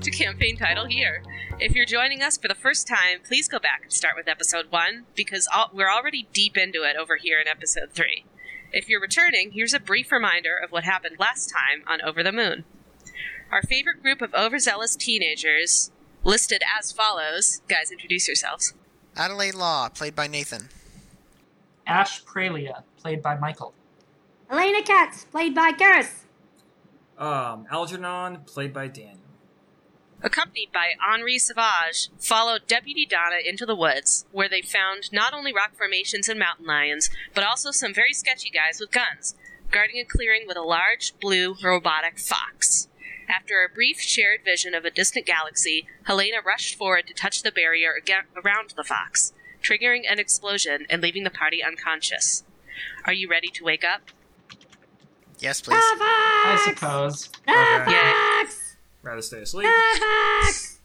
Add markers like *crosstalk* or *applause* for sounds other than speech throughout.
to campaign title here. If you're joining us for the first time, please go back and start with episode one because all, we're already deep into it over here in episode three. If you're returning, here's a brief reminder of what happened last time on Over the Moon. Our favorite group of overzealous teenagers, listed as follows guys, introduce yourselves. Adelaide Law, played by Nathan. Ash Prelia, played by Michael. Elena Katz, played by Garris. Um, Algernon, played by Daniel. Accompanied by Henri Savage, followed Deputy Donna into the woods, where they found not only rock formations and mountain lions, but also some very sketchy guys with guns, guarding a clearing with a large blue robotic fox. After a brief shared vision of a distant galaxy, Helena rushed forward to touch the barrier aga- around the fox, triggering an explosion and leaving the party unconscious. Are you ready to wake up? Yes, please. The I Fox! suppose. The Okay. Fox! Rather stay asleep. Ah. The Fox!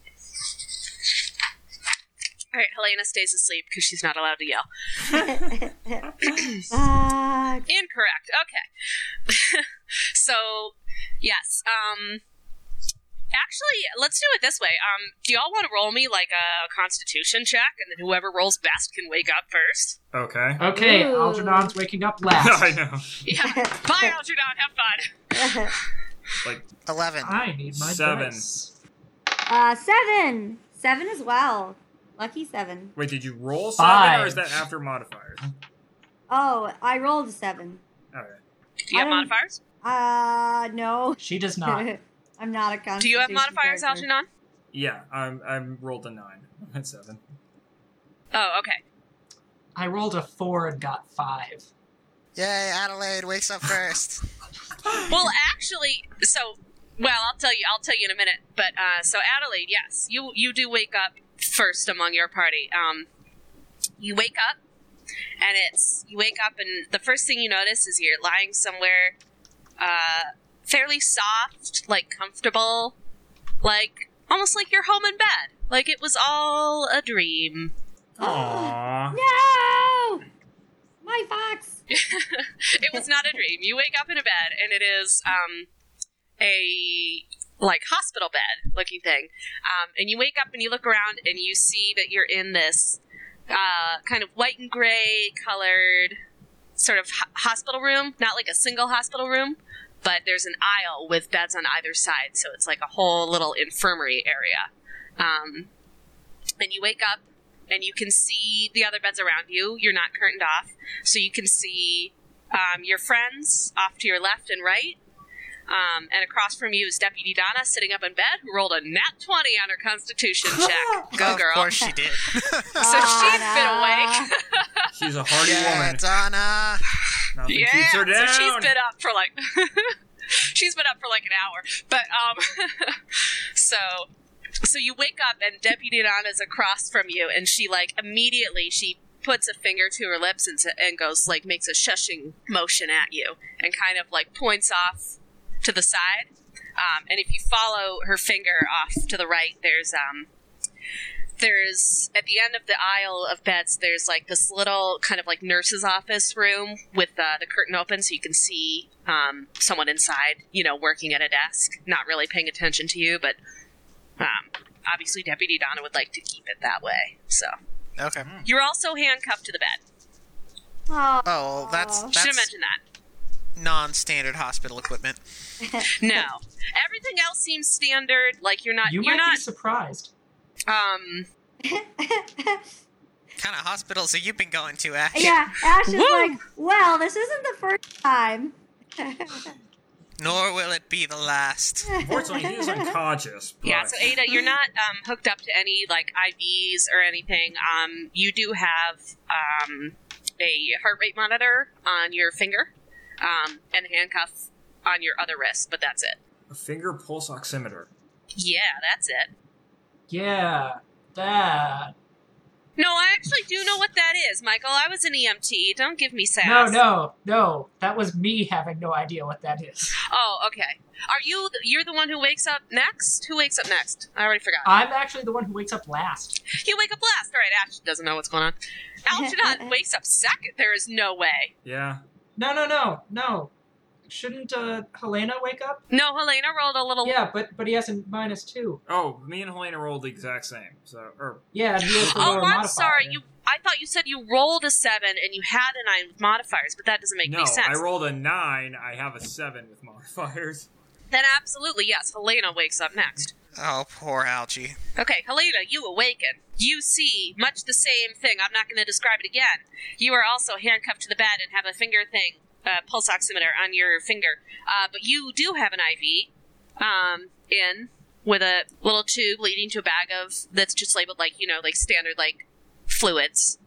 All right, Helena stays asleep because she's not allowed to yell. Fox. Incorrect. Okay. *laughs* so, yes. Um, actually, let's do it this way. Um, do y'all want to roll me like a Constitution check, and then whoever rolls best can wake up first? Okay. Okay, Ooh. Algernon's waking up *laughs* I Ah. last. know. Yeah. *laughs* Bye, Algernon. Have fun. Like, 11. I need my Seven. dice. uh, seven. Seven as well. Lucky seven. wait, did you roll seven or Five. is that after modifiers? Oh, I rolled a seven. All right. Do you have I don't- modifiers? Uh, no. She *laughs* does not. *laughs* I'm not a constitution Do you have modifiers, character. Algernon? Yeah, I'm I'm rolled a nine. *laughs* That's seven. Oh, okay. I rolled a four and got five. Yay, Adelaide wakes up first. Well, actually, so well, I'll tell you. I'll tell you in a minute. But uh, so Adelaide, yes, you you do wake up first among your party. Um, you wake up, and it's you wake up, and the first thing you notice is you're lying somewhere, uh, fairly soft, like comfortable, like almost like you're home in bed. Like it was all a dream. Aww. No! My fox! it was not a dream. You wake up in a bed, and it is um, a like hospital bed looking thing. Um, and you wake up and you look around and you see that you're in this uh, kind of white and gray colored sort of ho- hospital room. Not like a single hospital room, but there's an aisle with beds on either side, so it's like a whole little infirmary area. Um, and you wake up. And you can see the other beds around you. You're not curtained off, so you can see um, your friends off to your left and right. Um, and across from you is Deputy Donna sitting up in bed who rolled a nat 20 on her constitution *laughs* check. *laughs* Go, of girl. course *laughs* she *laughs* did. So she's been Ta-da. awake. She's a hardy yeah, woman. Donna. Nothing yeah, keeps her down. so she's been up for like *laughs* she's been up for like an hour. But um, *laughs* so so you wake up and Deputy Donna's across from you, and she like immediately she puts a finger to her lips and, s- and goes like makes a shushing motion at you and kind of like points off to the side. Um, and if you follow her finger off to the right, there's um, there's at the end of the aisle of beds there's like this little kind of like nurse's office room with uh, the curtain open so you can see um, someone inside you know working at a desk not really paying attention to you but um, obviously deputy donna would like to keep it that way so Okay. you're also handcuffed to the bed Aw. Oh, well, that's should have that's mentioned that non-standard hospital equipment. no everything else seems standard like Uh, you're not You you might are be not surprised. um kind of hospitals have you been going to, eh? Ash? *laughs* yeah, Ash is Woo! like, well, this isn't the first time. *laughs* Nor will it be the last. Unfortunately, he is *laughs* Um, unconscious. But... Yeah, so Ada, you're not um, hooked up to any like IVs or anything. Um, you do have um, a heart rate monitor on your finger um, and a handcuff on your other wrist, but that's it. a finger pulse oximeter. Yeah, that's it. Yeah, that. No, I actually do know what that is, Michael. I was an EMT. Don't give me sass. No, no, no. That was me having no idea what that is. Oh, okay. Are you? th- You're the one who wakes up next. Who wakes up next? I already forgot. I'm actually the one who wakes up last. you wake up last. All right, Ash doesn't know what's going on. *laughs* Algernon wakes up second. There is no way. Yeah. No, no, no, no. shouldn't uh, Helena wake up? No, Helena rolled a little. Yeah, but but he has a minus two. Oh, me and Helena rolled the exact same. So, or Yeah. and he has the Oh, I'm lower modifier. sorry. You, I thought you said you rolled a seven and you had a nine with modifiers, but that doesn't make no, any sense. I rolled a nine. I have a seven with modifiers. *laughs* then absolutely yes, Helena wakes up next. Oh, poor Algie. Okay, Helena, you awaken. You see much the same thing. I'm not going to describe it again. You are also handcuffed to the bed and have a finger thing, uh, pulse oximeter on your finger. Uh, but you do have an IV um, in with a little tube leading to a bag of that's just labeled like you know like standard like fluids.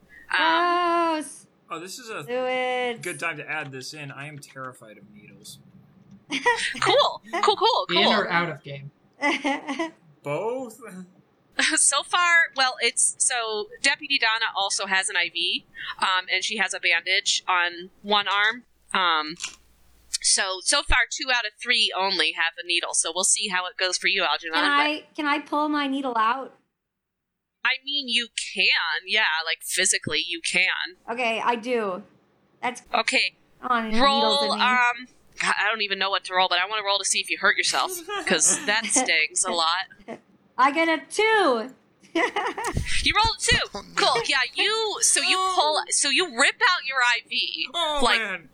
Um, Ah. Gross. Oh, this is a Fluids. *laughs* good time to add this in. I am terrified of needles. cool, cool, cool, cool. In or out of game? Both. *laughs* *laughs* so far, well, it's so Deputy Donna also has an IV, um, and she has a bandage on one arm. Um, so so far, two out of three only have a needle. So we'll see how it goes for you, Algernon. can But I can I pull my needle out? I mean, you can, yeah, like physically, you can. Okay, I do. That's Okay, on needles roll. in me. Um, God, I don't even know what to roll, but I want to roll to see if you hurt yourself *laughs* because that stings a lot. I get a two. You rolled a two. Oh, no. Cool. Yeah, you. So you pull. So you rip out your IV. Oh Like- man.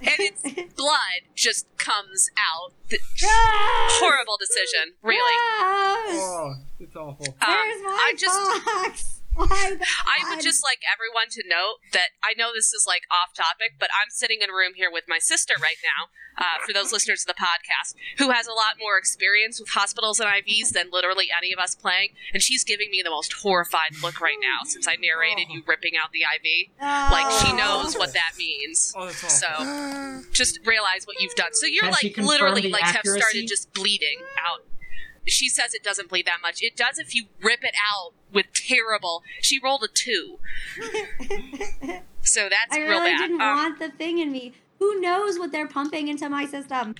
and its *laughs* blood just comes out. Th- Horrible. Horrible decision, *laughs* really. Oh, it's awful. Um, Where's Ah! my I just, box? *laughs* Why the I would box? just like everyone to note that I know this is like off topic, but I'm sitting in a room here with my sister right now. Uh, for those listeners of the podcast, who has a lot more experience with hospitals and IVs than literally any of us playing, and she's giving me the most horrified look right now since I narrated you ripping out the IV. Like she Oh. knows what that means. Oh, that's awful. So. Uh, just realize what you've done. So you're Has she like confirmed literally the like have accuracy? started just bleeding out. She says it doesn't bleed that much. It does if you rip it out with terrible. She rolled a two, so that's I real really bad. didn't Um, want the thing in me. Who knows what they're pumping into my system?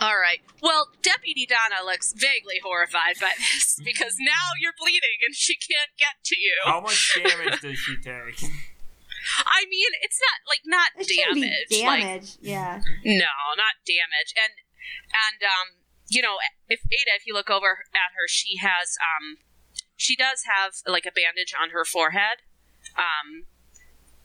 all right. Well, Deputy Donna looks vaguely horrified by this *laughs* because now you're bleeding and she can't get to you. How much damage does she take? I mean, it's not like not It shouldn't damage. be Like damage. yeah. No, not damage. And and um, you know, if Ada, if you look over at her, she has um, she does have like a bandage on her forehead. Um,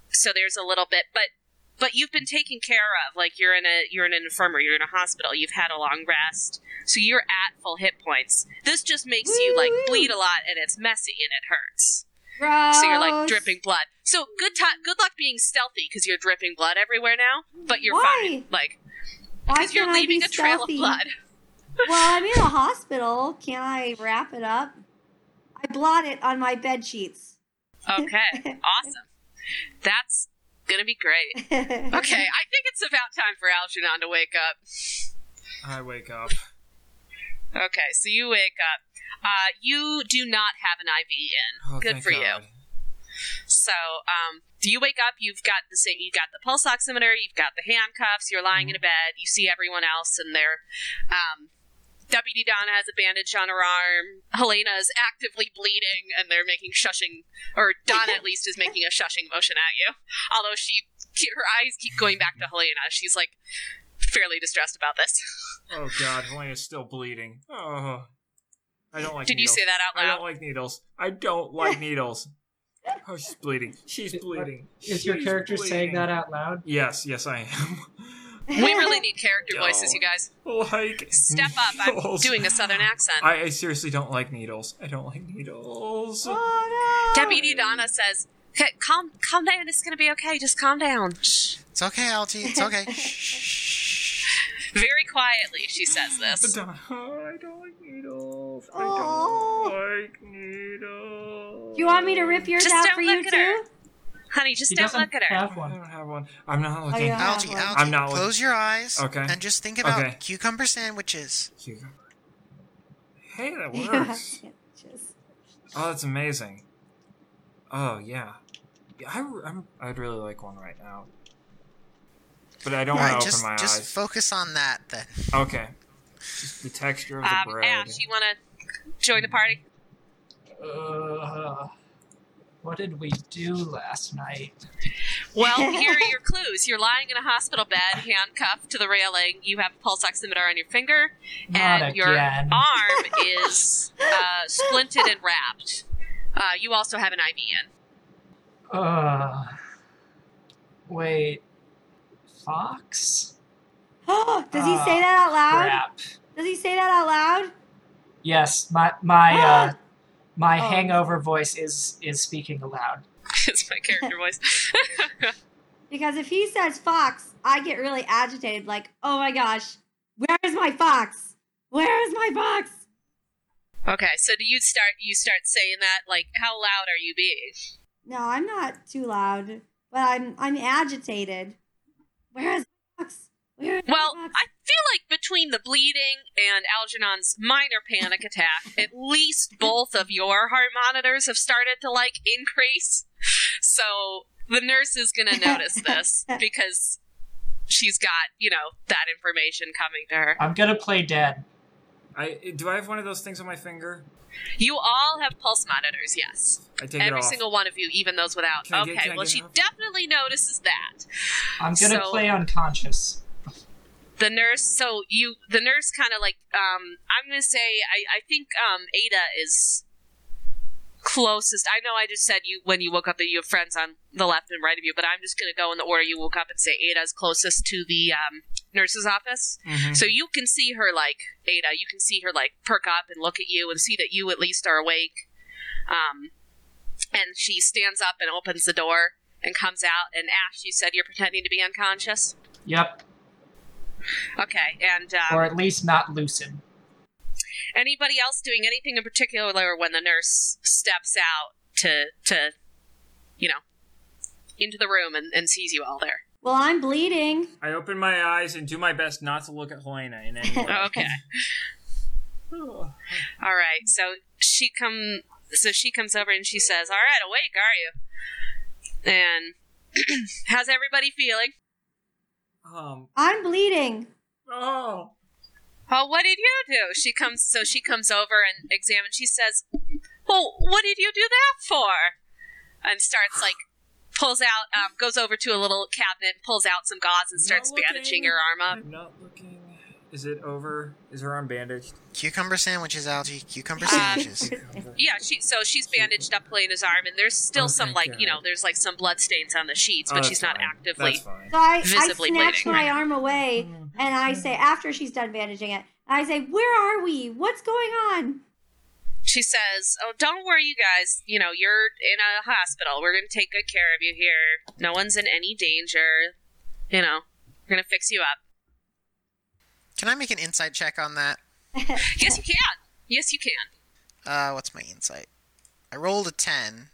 so there's a little bit, but but you've been taken care of. Like you're in a you're in an infirmary, you're in a hospital. You've had a long rest, so you're at full hit points. This just makes you like Woo-hoo. bleed a lot, and it's messy and it hurts. Gross. So you're like dripping blood. So good time. Good luck being stealthy because you're dripping blood everywhere now. But you're Why? fine. Like Why because you're can't I leaving be a trail stealthy? of blood. Well, I'm in a hospital. Can I wrap it up? I blot it on my bed sheets. Okay, awesome. That's gonna be great. *laughs* Okay, I think it's about time for Algernon to wake up. I wake up. Okay, so you wake up. Uh, you do not have an IV in. Oh, Good thank for you. God. So, um, do you wake up? You've got the same. You've got the pulse oximeter. You've got the handcuffs. You're lying in Mm-hmm. a bed. You see everyone else in there. Um, Deputy Donna has a bandage on her arm. Helena is actively bleeding, and they're making shushing, or Donna at least is making a shushing motion at you. Although she, her eyes keep going back to Helena. She's like fairly distressed about this. Oh God, Helena's still bleeding. Oh, I don't like. Did you needles. say that out I don't loud? like needles. I don't like needles. Oh, she's bleeding. She's Is- bleeding. Is your She's character saying bleeding. that out loud? Yes, yes, I am. *laughs* We really need character No. voices, you guys. like Step up. I'm *laughs* needles. doing a southern accent. I, I seriously don't like needles. I don't like needles. Oh no. Deputy Donna says, "Okay, calm, calm down. It's gonna be okay. Just calm down." Shh. *gasps* it's okay, Algie. It's *laughs* okay. Very quietly, she says this. Madonna, uh, I don't like needles. Oh. I don't like needles. Do you want me to rip yours Just out don't for you look at too? Honey, just He don't doesn't look at her. have I one. don't have one. I'm not looking. Oh, yeah. Algie, Algie, I'm not with- close your eyes. Okay. And just think about Okay. cucumber sandwiches. Cucumber. Hey, *laughs* that Yeah, works. just- *gasps* Oh, that's amazing. Oh yeah, yeah I, am I'd really like one right now, but I don't All right, want to just open my just eyes. focus on that then. okay, just the texture of the Um, bread. Ash, you want to join the party? Uh, What did we do last night? Well, here are your clues. You're lying in a hospital bed, handcuffed to the railing. You have a pulse oximeter on your finger, Not and your again. arm is uh, splinted and wrapped. Uh, you also have an IV in. *laughs* Ugh. wait, Fox? Does he Ah, say that out loud? Crap. Does he say that out loud? Yes, my my uh, my Oh. hangover voice is is speaking aloud. it's my character voice. *laughs* Because if he says fox, I get really agitated. Like, oh my gosh, where is my fox? Where is my fox? okay, so do you start? You start saying that like, how loud are you being? No, I'm not too loud, but I'm I'm agitated. Where is my fox? Where is my Well, fox? I feel like between the bleeding and Algernon's minor panic attack, at least both of your heart monitors have started to like increase. So the nurse is going to notice this because she's got, you know, that information coming to her. I'm gonna play dead. I do I have one of those things on my finger? You all have pulse monitors, yes. I take Every it off. single one of you, even those without. Can I get- okay, can I well, get she it off? definitely notices that. I'm gonna So- play unconscious. the nurse so you the nurse kind of like um i'm gonna say i i think um ada is closest i know i just said you when you woke up that you have friends on the left and right of you but i'm just gonna go in the order you woke up and say ada's closest to the um nurse's office Mhm. so you can see her like ada you can see her like perk up and look at you and see that you at least are awake um and she stands up and opens the door and comes out and ash you said you're pretending to be unconscious Yep, okay and um, or at least not lucid. anybody else doing anything in particular when the nurse steps out to to you know into the room and, and sees you all there well, I'm bleeding. I open my eyes and do my best not to look at Helena in *laughs* any way. okay all right so she come so she comes over and she says all right awake are you and *clears throat* how's everybody feeling Um. I'm bleeding. Oh. oh what did you do she comes so she comes over and examines she says well what did you do that for and starts like pulls out um, goes over to a little cabinet pulls out some gauze and starts Not looking. bandaging her arm up I'm not looking. Is it over? Is her arm bandaged? *laughs* Cucumber sandwiches, Algie. Cucumber Uh, sandwiches. Yeah, she so she's bandaged up Helena's arm, and there's still Oh, some thank like you God. know there's like some blood stains on the sheets, Oh, but that's she's not fine. actively. That's fine. So I, I Visibly snatch bleeding. my arm away and I say, Mm-hmm. after she's done bandaging it, I say, Where are we? What's going on? She says, "Oh, don't worry, you guys. You know you're in a hospital. We're gonna take good care of you here. No one's in any danger. You know, we're gonna fix you up. Can I make an insight check on that? Yes, you can. Yes, you can. Uh, what's my insight? I rolled a 10.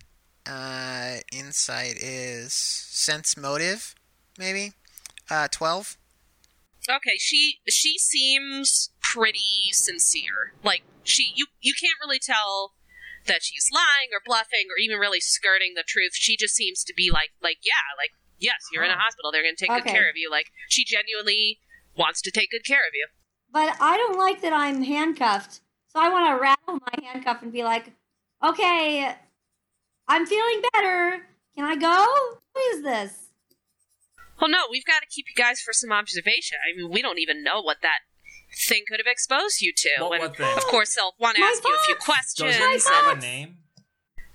Uh, insight is sense motive, maybe? Uh, 12? Okay, she she seems pretty sincere. Like she you you can't really tell that she's lying or bluffing or even really skirting the truth. She just seems to be like like yeah, like yes, you're in a Huh. hospital. They're going to take good Oh. Okay. care of you. Like she genuinely wants to take good care of you. But I don't like that I'm handcuffed. So I want to rattle my handcuff and be like, Okay, I'm feeling better. Can I go? Who is this? Well, no, we've got to keep you guys for some observation. I mean, we don't even know what that thing could have exposed you to. What, And what thing? of course, they'll want to My ask you a few Does questions. it My have a box. name?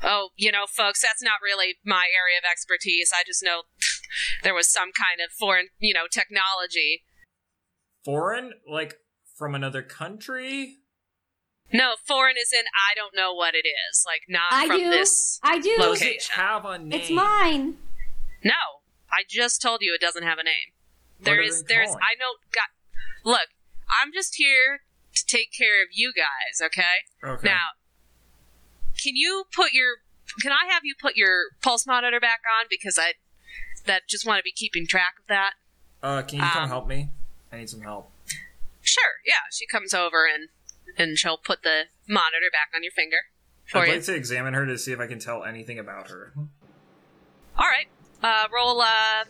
Oh, you know, folks, that's not really my area of expertise. I just know *laughs* there was some kind of foreign, you know, technology. Foreign? Like from another country? No, foreign is in I don't know what it is. Like not I from do. this. I do. Does Location. it have a name? It's mine. *laughs* No, I just told you it doesn't have a name. There are is they there's calling? I know got Look, I'm just here to take care of you guys, okay? Okay. Now, can you put your can I have you put your pulse monitor back on because I that just want to be keeping track of that? uh, can you come um, help me? I need some help. Sure. Yeah, she comes over and and she'll put the monitor back on your finger for I'd you. like to examine her to see if I can tell anything about her. All right. Uh, roll. Uh,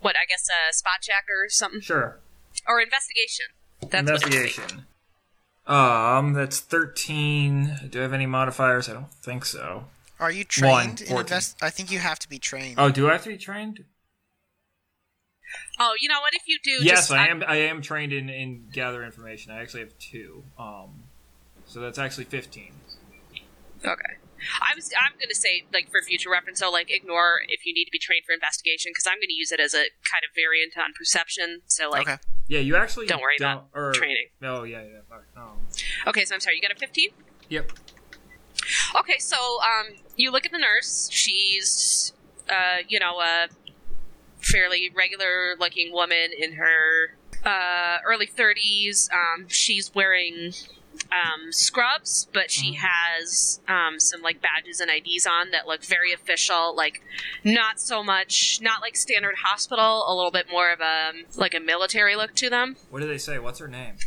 what I guess a spot check or something Sure. or investigation. That's what it would be. Investigation. Um, that's thirteen. Do I have any modifiers? I don't think so. Are you trained in Fourteen. invest? I think you have to be trained. Oh, do I have to be trained? Oh, you know what? If you do, yes, just, I am. I am trained in in gather information. I actually have two. Um, so that's actually fifteen. Okay. I was. I'm going to say, like, for future reference, so like, ignore if you need to be trained for investigation because I'm going to use it as a kind of variant on perception. So like, okay. Yeah, you actually Don't worry about or, training. No, yeah, yeah. fuck, Um, okay. So I'm sorry. You got a 15. yep. Okay, so um, you look at the nurse. She's, uh, you know, a fairly regular-looking woman in her uh, early 30s. Um, she's wearing um, scrubs, but she has um, some like badges and IDs on that look very official. Like, not so much, not like standard hospital. A little bit more of a like a military look to them. What do they say? What's her name? *laughs*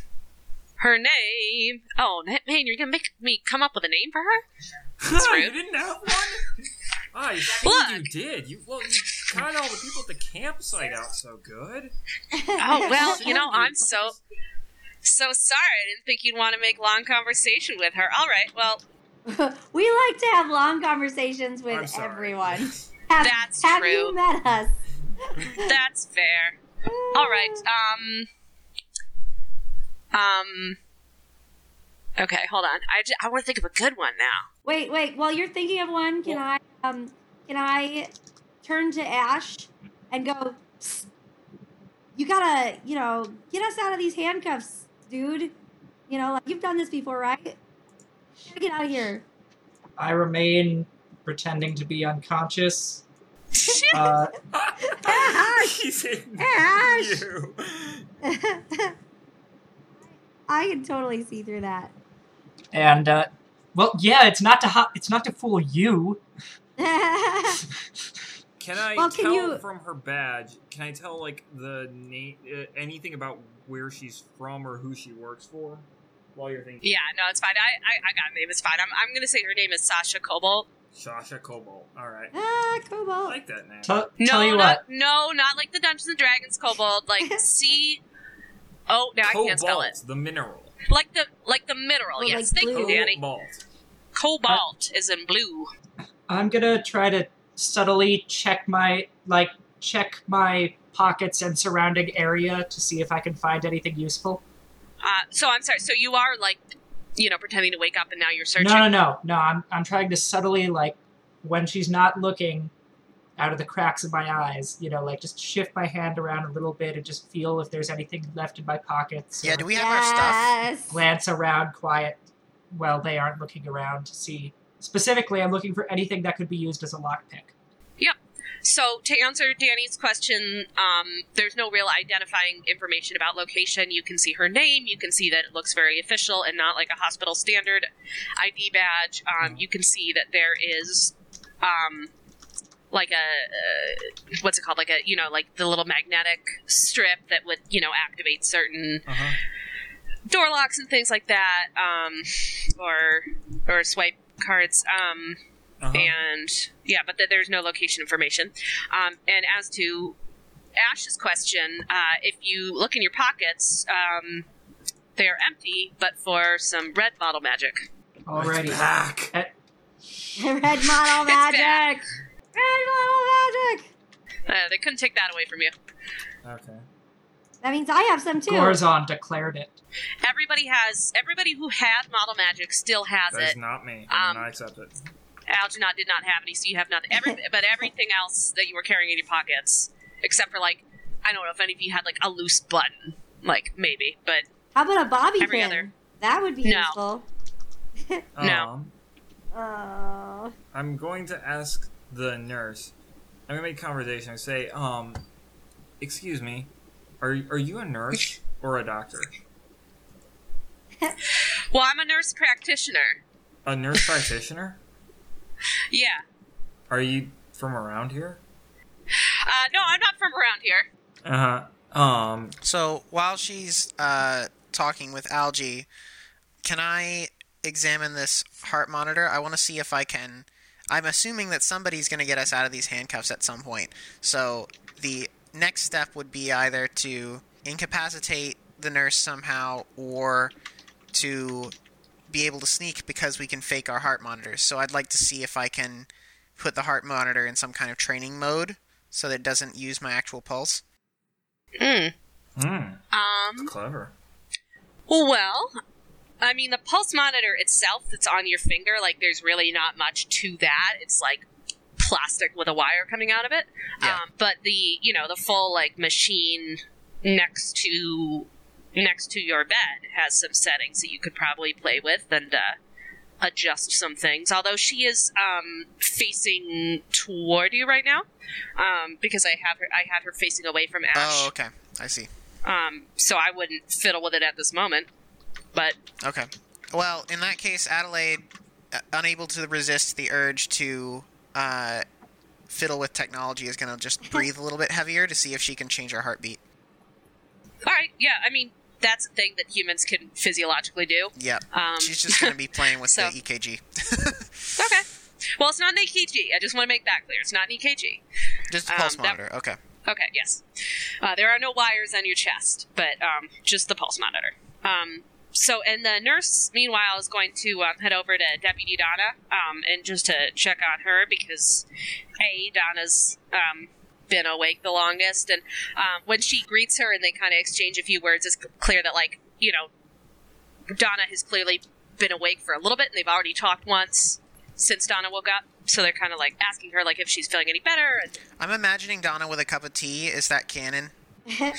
Her name. Oh man, you're gonna make me come up with a name for her. you rude. didn't have one. I see you Look. did. You well, you got all the people at the campsite out so good. Oh well, you know, Dude, I'm so so sorry. I didn't think you'd want to make long conversation with her. All right, well, we like to have long conversations I'm with sorry. everyone. *laughs* Have, That's have true. you met us? that's fair. All right. Um. Um. Okay, hold on. I, ju- I want to think of a good one now. Wait, wait. While you're thinking of one, can I um can I turn to Ash and go? "Psst, You gotta, you know, get us out of these handcuffs, dude. You know, like you've done this before, right? Gotta Get out of here. *laughs* I remain pretending to *laughs* be unconscious. Uh, Ash! He's in Ash! you. I can totally see through that. *laughs* and uh, well, yeah, it's not to ho- it's not to fool you. Ah, Can I Well, can tell you- from her badge? Can I tell like the name, uh, anything about where she's from or who she works for? While you're thinking, Yeah, no, it's fine. I, I, I got a name. It's fine. I'm, I'm going to say her name is Sasha Cobalt. Sasha Cobalt. All right, ah, I Cobalt. like that name. Tell, No, tell you not, what, no, not like the Dungeons and Dragons Cobalt. Like C. Oh, now I can't spell it. Cobalt, the mineral. Like the like the mineral. Well, yes, like thank you, blue. Danny. Oh, Cobalt. Cobalt is in blue. I'm gonna try to subtly check my like check my pockets and surrounding area to see if I can find anything useful. Uh, so I'm sorry. So you are like, you know, pretending to wake up and now you're searching. No, no, no, no. I'm I'm trying to subtly like when she's not looking out of the cracks of my eyes, you know, like just shift my hand around a little bit and just feel if there's anything left in my pockets. Yeah. or Do we have our stuff? glance around quiet while they aren't looking around to see. Specifically, I'm looking for anything that could be used as a lockpick. So to answer Danny's question, um, there's no real identifying information about location. You can see her name. You can see that it looks very official and not like a hospital standard ID badge. Um, you can see that there is, um, like a uh, what's it called? Like a you know like the little magnetic strip that would you know activate certain Uh-huh. door locks and things like that, um, or or swipe cards. Um, Uh-huh. and yeah, but th- there's no location information. Um, and as to Ash's question, uh, if you look in your pockets, um, they are empty, but for some red bottle magic. Alrighty. It's back. *laughs* Red model back. magic. Red model magic. Uh, they couldn't take that away from you. Okay. That means I have some too. Gorzon declared it. Everybody has everybody who had model magic still has That is it. not me. I do Um, not accept it. Algernon did not have any, so you have nothing. Every, but everything else that you were carrying in your pockets, except for like, I don't know if any of you had like a loose button, like maybe, but How about a bobby Every pin? other. That would be No. useful. No. Um, Oh. *laughs* I'm going to ask the nurse. I'm gonna make conversation. I say, um, excuse me, are are you a *laughs* nurse or a doctor? well, I'm a nurse practitioner. A nurse practitioner? Yeah, Are you from around here? uh, no, I'm not from around here. Uh huh. Um, So while she's uh, talking with Algie, can I examine this heart monitor? I want to see if I can. I'm assuming that somebody's going to get us out of these handcuffs at some point. So the next step would be either to incapacitate the nurse somehow or to be able to sneak because we can fake our heart monitors. So I'd like to see if I can put the heart monitor in some kind of training mode so that it doesn't use my actual pulse. Mm. Hmm. Um. *laughs* Clever. Well, I mean, the pulse monitor itself that's on your finger, like, there's really not much to that. It's like plastic with a wire coming out of it. Yeah. Um, but the, you know, the full, like, machine next to next to your bed has some settings that you could probably play with and uh, adjust some things although she is um, facing toward you right now um, because i have her i had her facing away from ash Oh, okay. I see. um, so I wouldn't fiddle with it at this moment. But Okay. Well, in that case, Adelaide, uh, unable to resist the urge to uh, fiddle with technology, is going *laughs* to just breathe a little bit heavier to see if she can change her heartbeat. all right, yeah, I mean that's a thing that humans can physiologically do. Yep. Um, She's just *laughs* going to be playing with so- the E EKG. okay. Well, it's not an EKG. I just want to make that clear. It's not an E EKG. just the Um, pulse that- monitor. Okay. Okay, yes. Uh, there are no wires on your chest, but um, just the pulse monitor. Um, so, and the nurse, meanwhile, is going to um, head over to Deputy Donna um, and just to check on her because, A, Donna's um, been awake the longest. And um, when she greets her and they kind of exchange a few words, it's c- clear that, like, you know, Donna has clearly been awake for a little bit and they've already talked once since Donna woke up. So they're kind of like asking her like if she's feeling any better. And I'm imagining Donna with a cup of tea. Is that canon? *laughs*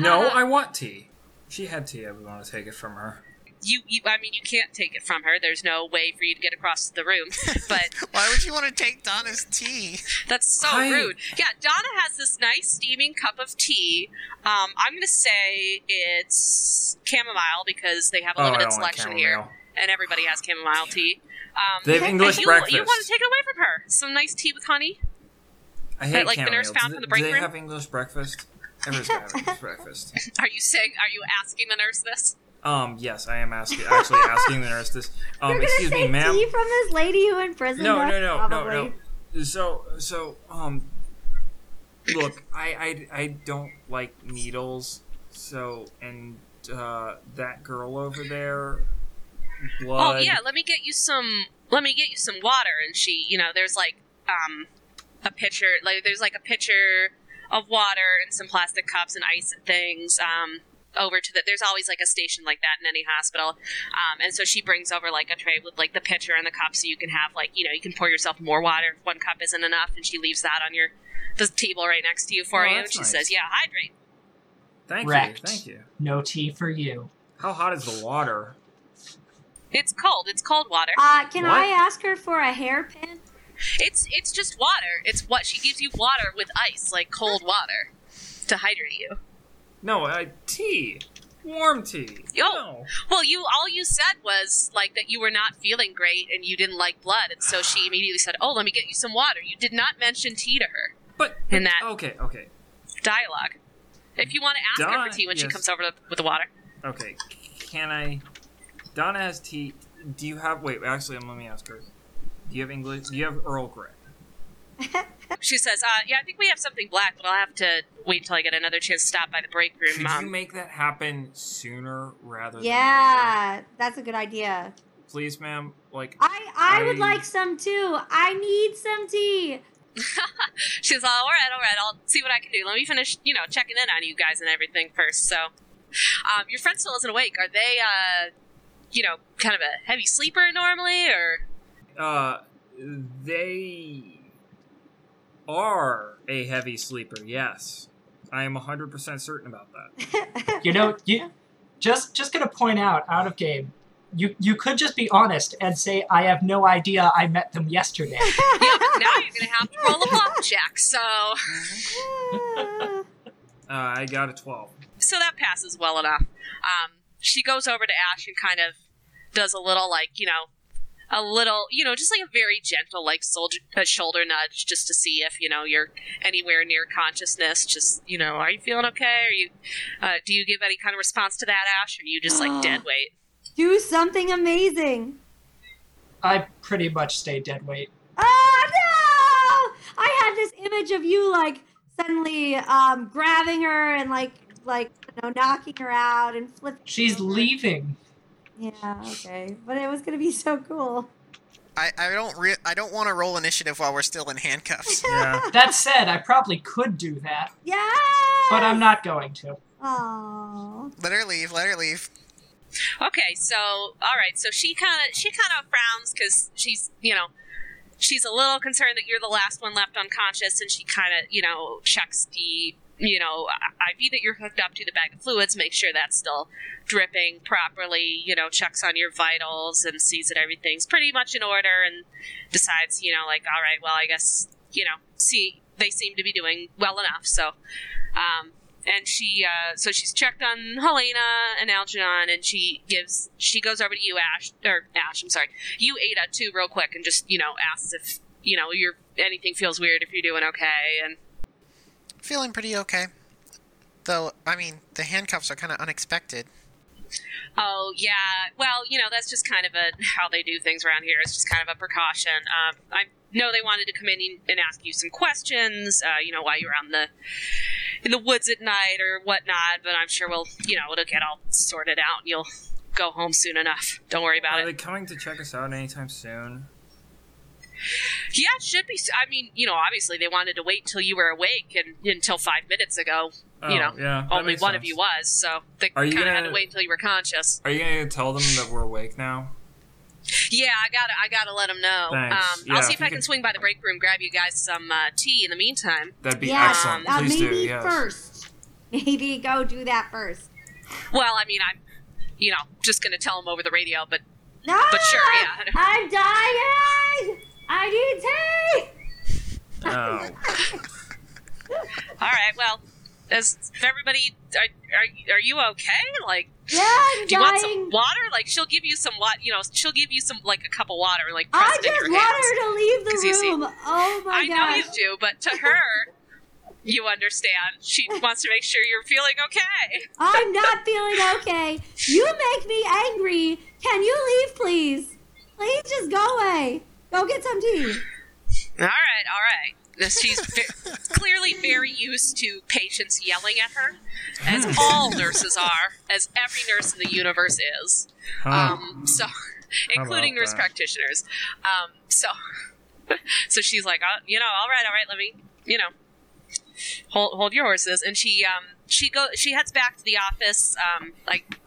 No, I want tea. She had tea. I would want to take it from her. you, you I mean you can't take it from her. There's no way for you to get across the room. But Why would you want to take Donna's tea? that's so I- rude. Yeah, Donna has this nice steaming cup of tea. Um, I'm gonna say it's chamomile because they have a Oh, I limited don't like selection here, chamomile. and everybody has chamomile tea. Um, They have I English you, breakfast. you want to take it away from her? Some nice tea with honey. I hate like the chamomile. nurse found do, in the do break they room? have English breakfast? Everyone's gonna have *laughs* English breakfast. Are you saying? Are you asking the nurse this? Um, yes, I am asking, actually asking the nurse this. Um, You're gonna excuse me, say ma'am. tea from this lady who imprisoned No, us? no, no, no, probably. no. So, so, um, look, I, I, I don't like needles. So, and uh, that girl over there, blood. Oh yeah, let me get you some. Let me get you some water. And she, you know, there's like um, a pitcher. Like there's like a pitcher of water and some plastic cups and ice and things. Um, over to the. There's always like a station like that in any hospital. Um, and so she brings over like a tray with like the pitcher and the cup, so you can have like you know you can pour yourself more water if one cup isn't enough. And she leaves that on your the table right next to you for Oh, you. And that's she nice. says, "Yeah, hydrate." Thank Wrecked. you, thank you. No tea for you. How hot is the water? It's cold. It's cold water. Uh, can What? I ask her for a hairpin? It's it's just water. It's what she gives you water with ice, like cold water, to hydrate you. No, uh, tea. Warm tea. Yo. No. Well, you all you said was like that you were not feeling great and you didn't like blood, and so she immediately said, "Oh, let me get you some water." You did not mention tea to her But, In that- Okay, okay, dialogue. If you want to ask her for Di- tea when she yes. comes over to, with the water, okay. Can I? Donna has tea. Do you have? Wait, actually, let me ask her. Do you have English? Do you have Earl Grey? she says, uh, "Yeah, I think we have something black, but I'll have to wait until I get another chance to stop by the break room, Could you Mom." make that happen sooner rather than later? Yeah, that's a good idea. Please, ma'am. Like, I I would I- like some too. I need some tea. *laughs* *laughs* She's all, all right, all right, I'll see what I can do. Let me finish, you know, checking in on you guys and everything first. So, um, your friend still isn't awake. Are they, uh, you know, kind of a heavy sleeper normally, or uh, they are a heavy sleeper. Yes, I am hundred percent certain about *laughs* that. You know, you just just gonna point out out of game. You you could just be honest and say I have no idea. I met them yesterday. yeah, but now you're gonna have to roll a blackjack. So, Uh, Uh, I got a twelve. *laughs* so that passes well enough. Um, she goes over to Ash and kind of does a little, like, you know, a little, you know, just like a very gentle, like, soldier, uh, shoulder nudge just to see if, you know, you're anywhere near consciousness. Just, you know, are you feeling okay? Are you, uh, do you give any kind of response to that, Ash? Or are you just like dead weight? Do something amazing. I pretty much stay dead weight. Oh no! I had this image of you like suddenly um, grabbing her and like like you know knocking her out and flipping. She's her over. leaving. Yeah, okay. But it was going to be so cool. I, I don't re- I don't want to roll initiative while we're still *laughs* in handcuffs. Yeah. That said, I probably could do that, Yeah. but I'm not going to. Aww. let her leave. Let her leave. Okay, so all right, so she kind of she kind of frowns because she's you know she's a little concerned that you're the last one left unconscious, and she kind of you know checks the you know I- IV that you're hooked up to the bag of fluids, make sure that's still dripping properly, you know checks on your vitals and sees that everything's pretty much in order, and decides you know like all right, well I guess you know see they seem to be doing well enough, so um, and she uh, so she's checked on Helena and Algernon, and she gives she goes over to you, Ash or Ash. I'm sorry, you Ada too, real quick, and just you know asks if you know you're anything feels weird if you're doing okay, and Feeling pretty okay. Though I mean, the handcuffs are kind of unexpected. oh yeah, well you know that's just kind of a how they do things around here. It's just kind of a precaution. Um, I know they wanted to come in and ask you some questions, uh, you know, while you're on the in the woods at night or whatnot, but I'm sure we'll you know it'll get all sorted out, and you'll. Go home soon enough. Don't worry about it. Are they coming to check us out anytime soon? Yeah, it should be. s- I mean, you know, obviously they wanted to wait till you were awake and until five minutes ago. Oh, you know, yeah, that only makes one of sense. you was, so they Are kind you of had gonna- to wait until you were conscious. Are you gonna tell them that we're awake now? Yeah, I gotta, I gotta let them know. Thanks. Um, Yeah, I'll see if if you I can could- swing by the break room, grab you guys some uh, tea in the meantime. That'd be yeah, excellent. uh, Please maybe do. Yes. first. Maybe go do that first. Well, I mean, I'm, you know, just gonna tell them over the radio, but No! But sure, yeah. I'm dying! I need tea! *laughs* Oh. all right. Well, is everybody? Are, are, are you okay? Like, Yeah, I'm do you want some dying. water? Like, she'll give you some water. You know, she'll give you some like a cup of water. Like, press it I in just your want hands. her to leave 'Cause you see- the room. Oh my I know gosh. you do, but to her, you understand. She wants to make sure you're feeling okay. I'm not feeling okay. You make me angry. Can you leave, please? Please just go away. Go get some tea. All right, all right. This, she's ve- clearly very used to patients yelling at her, as all nurses are, as every nurse in the universe is. Huh. Um, so, including nurse Ah. that? practitioners. Um, so, *laughs* so she's like, uh, you know, all right, all right, let me, you know, hold hold your horses. And she um she go she heads back to the office, um, like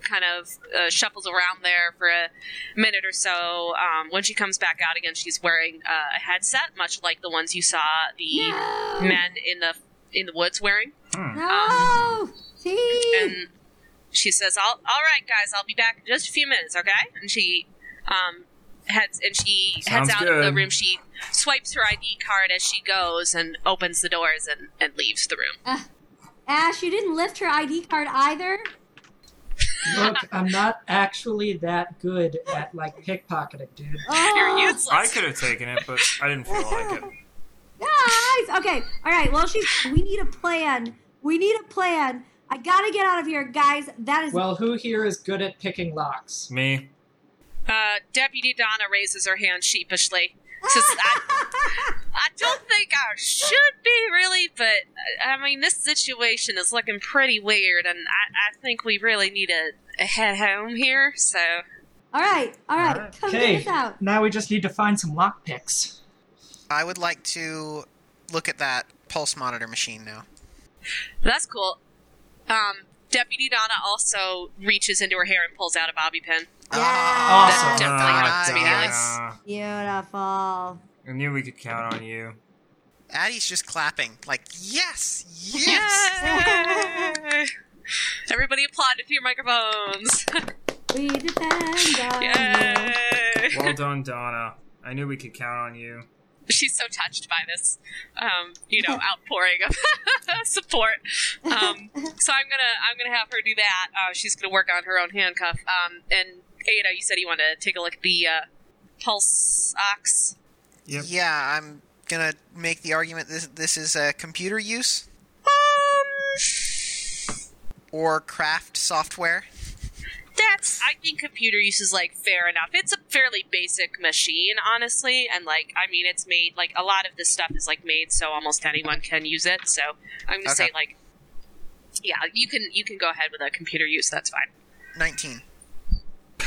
kind of uh, shuffles around there for a minute or so. Um, when she comes back out again, she's wearing uh, a headset, much like the ones you saw the No. men in the in the woods wearing Hmm. No. Tea. and she says, "All, all right, guys, I'll be back in just a few minutes, okay?" And she um, heads and she Sounds heads out of the good. room. She swipes her ID card as she goes and opens the doors and, and leaves the room. Ash, you didn't lift her ID card either. Look, I'm not actually that good at like pickpocketing, dude. Oh. You're useless. I could have taken it, but I didn't *laughs* feel like it. Guys, okay, all right. Well, she's. We need a plan. We need a plan. I gotta get out of here, guys. That *laughs* is. Well, who here is good at picking locks? Me. uh, Deputy Donna raises her hand sheepishly. Says, I, I don't think I should be really, but uh, I I mean, this situation is looking pretty weird, and I, I think we really need to head home here. So, all right, all right. All right. Come Okay. get us out. Now we just need to find some lock picks. I would like to look at that pulse monitor machine now. That's cool. Um, Deputy Donna also reaches into her hair and pulls out a bobby pin. Yes. Ah, Awesome. Definitely ah, not to be yes. Ah, Beautiful. I knew we could count on you. Addie's just clapping, like yes, yes. Yay! Everybody applauded through your microphones. We depend on you. Yay! Well done, Donna. I knew we could count on you. She's so touched by this, um, you know, outpouring of *laughs* support. Um, so I'm gonna I'm gonna have her do that. Uh, she's gonna work on her own handcuff. Um, and Ada, you said you want to take a look at the uh, pulse ox. Yep. Yeah, I'm gonna make the argument this this is a computer use Um, or craft software. that's i think computer use is like fair enough it's a fairly basic machine honestly and like i mean it's made like a lot of this stuff is like made so almost anyone can use it so i'm gonna say Okay. like yeah you can you can go ahead with a computer use that's fine Nineteen. *laughs*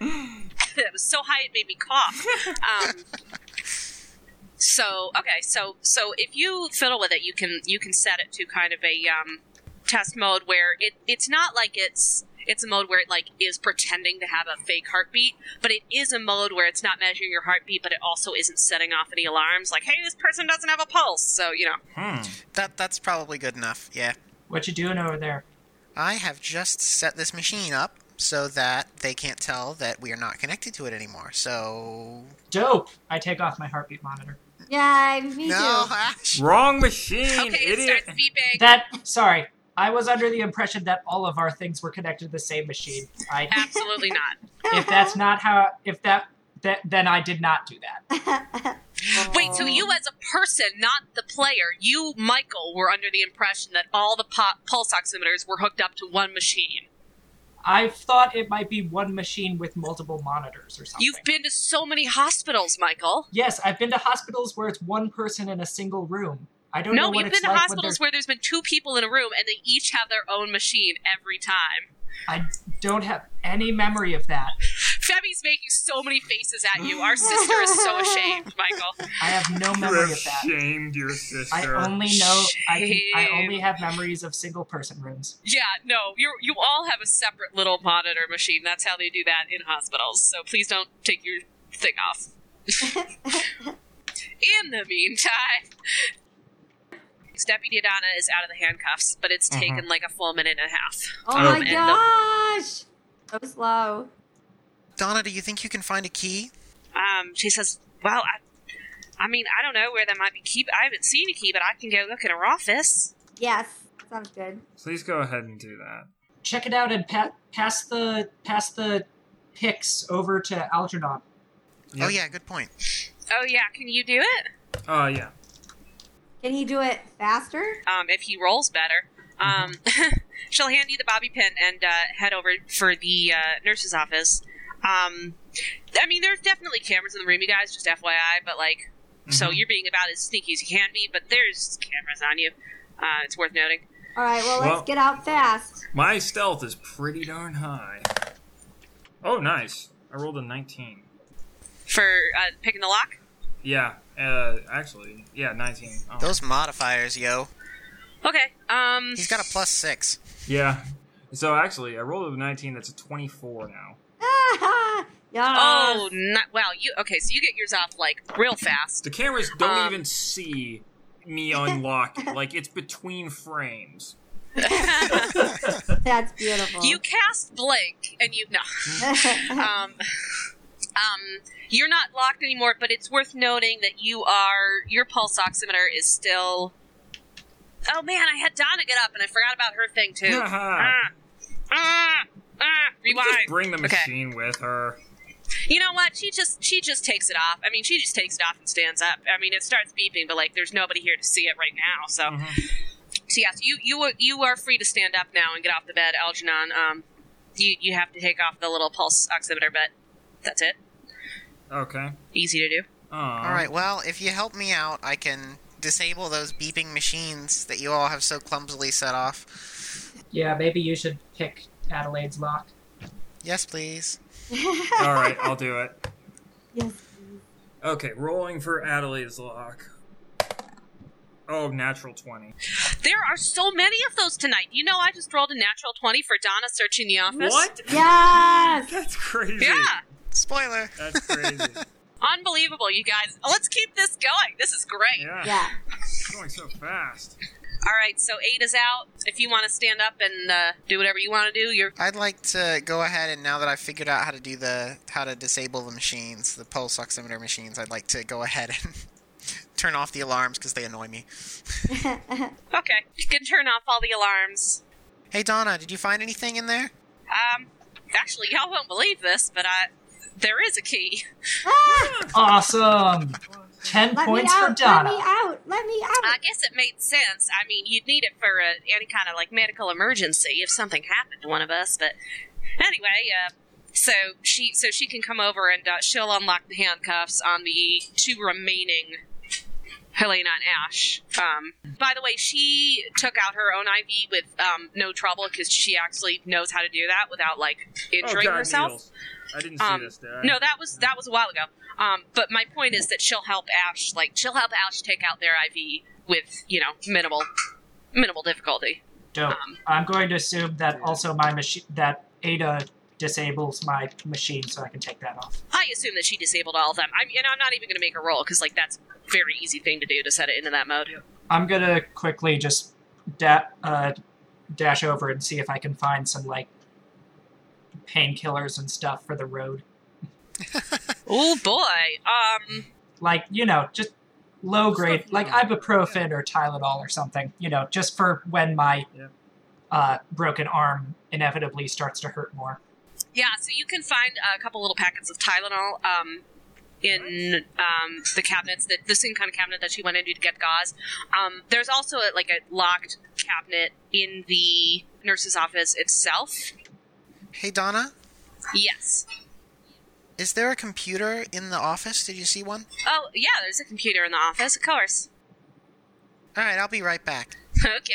it was so high it made me cough. Um, so okay, so so if you fiddle with it, you can you can set it to kind of a um, test mode where it it's not like it's it's a mode where it like is pretending to have a fake heartbeat, but it is a mode where it's not measuring your heartbeat, but it also isn't setting off any alarms. Like, hey, this person doesn't have a pulse, so you know. Hmm. That that's probably good enough. Yeah. What you doing over there? I have just set this machine up so that they can't tell that we are not connected to it anymore. So Dope. I take off my heartbeat monitor. Yeah, me no, too. Ash. Wrong machine, Okay, it idiot. starts *laughs* beeping. That sorry, I was under the impression that all of our things were connected to the same machine. I Absolutely not. if that's not how if that that then I did not do that. Wait, so you as a person, not the player, you, Michael, were under the impression that all the po- pulse oximeters were hooked up to one machine. I thought it might be one machine with multiple monitors or something. You've been to so many hospitals, Michael. Yes, I've been to hospitals where it's one person in a single room. I don't know No, what you've it's been to like when hospitals where there's been two people in a room and they each have their own machine every time. they're- I don't have any memory of that. Femi's making so many faces at you. Our sister is so ashamed, Michael. I have *laughs* no You memory have of that. shamed your I sister. only know I can, I Shame. only have memories of single person rooms. Yeah, no, you you all have a separate little monitor machine. That's how they do that in hospitals. So please don't take your thing *laughs* off. in the meantime, Deputy Donna is out of the handcuffs, but it's taken like a full minute Um, and a half. Oh Oh. my gosh. So slow. Donna, do you think you can find a key? um, she says, "Well, I, I mean, I don't know where there might be key. I haven't seen a key, but I can go look in her office." Yes, sounds good. Please go ahead and do that. Check it out and pa- pass the pass the pics over to Algernon. Oh yeah, good point. Oh yeah, can you do it? Oh yeah. Can he do it faster? Um, if he rolls better, um, *laughs* she'll hand you the bobby pin and uh, head over for the uh, nurse's office. Um, I mean, there's definitely cameras in the room, you guys. Just FYI, but like, so Mhm. you're being about as sneaky as you can be, but there's cameras on you. Uh, it's worth noting. All right, well, let's Well- get out fast. *laughs* My stealth is pretty darn high. Oh, nice. I rolled a 19. For uh, picking the lock. Yeah, uh, actually, yeah, 19. Oh. Those modifiers, yo. Okay. Um, He's got a plus six. Yeah. So actually, I rolled a 19. That's a 24 now. Ah, yes. Oh, not, wow! You okay? So you get yours off like real fast. *laughs* *laughs* The cameras don't Um. even see *laughs* me unlock it. Like, it's between frames. That's beautiful. *laughs* You cast blink, and you no. Um, um, you're not locked anymore. But it's worth noting that you are your pulse oximeter is still. Oh man, I had Donna get up, and I forgot about her thing too. Uh-huh. ah, ah, ah, Just *laughs* rewind. bring the Okay. machine with her. You know what? She just she just takes it off. I mean, she just takes it off and stands up. I mean, it starts beeping, but like there's nobody here to see it right now. So, Mm. so yeah, so you you are, you are free to stand up now and get off the bed, Algernon. Um, you you have to take off the little pulse oximeter, but that's it. Okay. Easy to do. Aw. All right. Well, if you help me out, I can disable those beeping machines that you all have so clumsily set off. Yeah, maybe you should pick Adelaide's lock. Yes, please. All right, I'll do it. Yes. Okay, rolling for Adelaide's lock. Oh, natural 20. There are so many of those tonight. You know, I just rolled a natural twenty for Donna searching the office. What? Yes. That's crazy. Yeah, Spoiler. That's crazy. *laughs* unbelievable, you guys. Let's keep this going. This is great. Yeah. Yeah. It's going so fast. All right, so eight is out. If you want to stand up and uh, do whatever you want to do, you're *laughs* I'd like to go ahead and now that I've figured out how to do the how to disable the machines, the pulse oximeter machines, I'd like to go ahead and *laughs* turn off the alarms because they annoy me. okay. You can turn off all the alarms. Hey Donna, did you find anything in there? Um, actually, y'all won't believe this, but I there is a key. Ah, Awesome. Ten let me points for out. Let Donna. me out. Let me out. I guess it made sense. I mean, you'd need it for uh any kind of like medical emergency if something happened to one of us. But anyway, uh, so she so she can come over and uh, she'll unlock the handcuffs on the two remaining Helena and Ash. Um, by the way, she took out her own IV with um, no trouble because she actually knows how to do that without like injuring herself. Oh, needles. I didn't see Um, this. Did I? No, that was that was a while ago. Um, but my point is that she'll help Ash, like she'll help Ash take out their IV with you know minimal minimal difficulty. Dope. Um, I'm going to assume that also my machine that Ada disables my machine, so I can take that off. I assume that she disabled all of them. I mean, and I'm not even going to make a roll because like that's a very easy thing to do to set it into that mode. I'm gonna quickly just da- uh, dash over and see if I can find some like painkillers and stuff for the road. Oh boy. Um. Like you know, just low grade, Stuff you like want. ibuprofen or Tylenol or something. You know, just for when my Yeah. uh, broken arm inevitably starts to hurt more. Yeah, so you can find a couple little packets of Tylenol um, in um, the cabinets that the same kind of cabinet that she went into to get gauze. Um, there's also a, like a locked cabinet in the nurse's office itself. Hey, Donna, Yes. is there a computer in the office? Did you see one? Oh, yeah. There's a computer in the office, of course. *laughs* All right, I'll be right back. okay.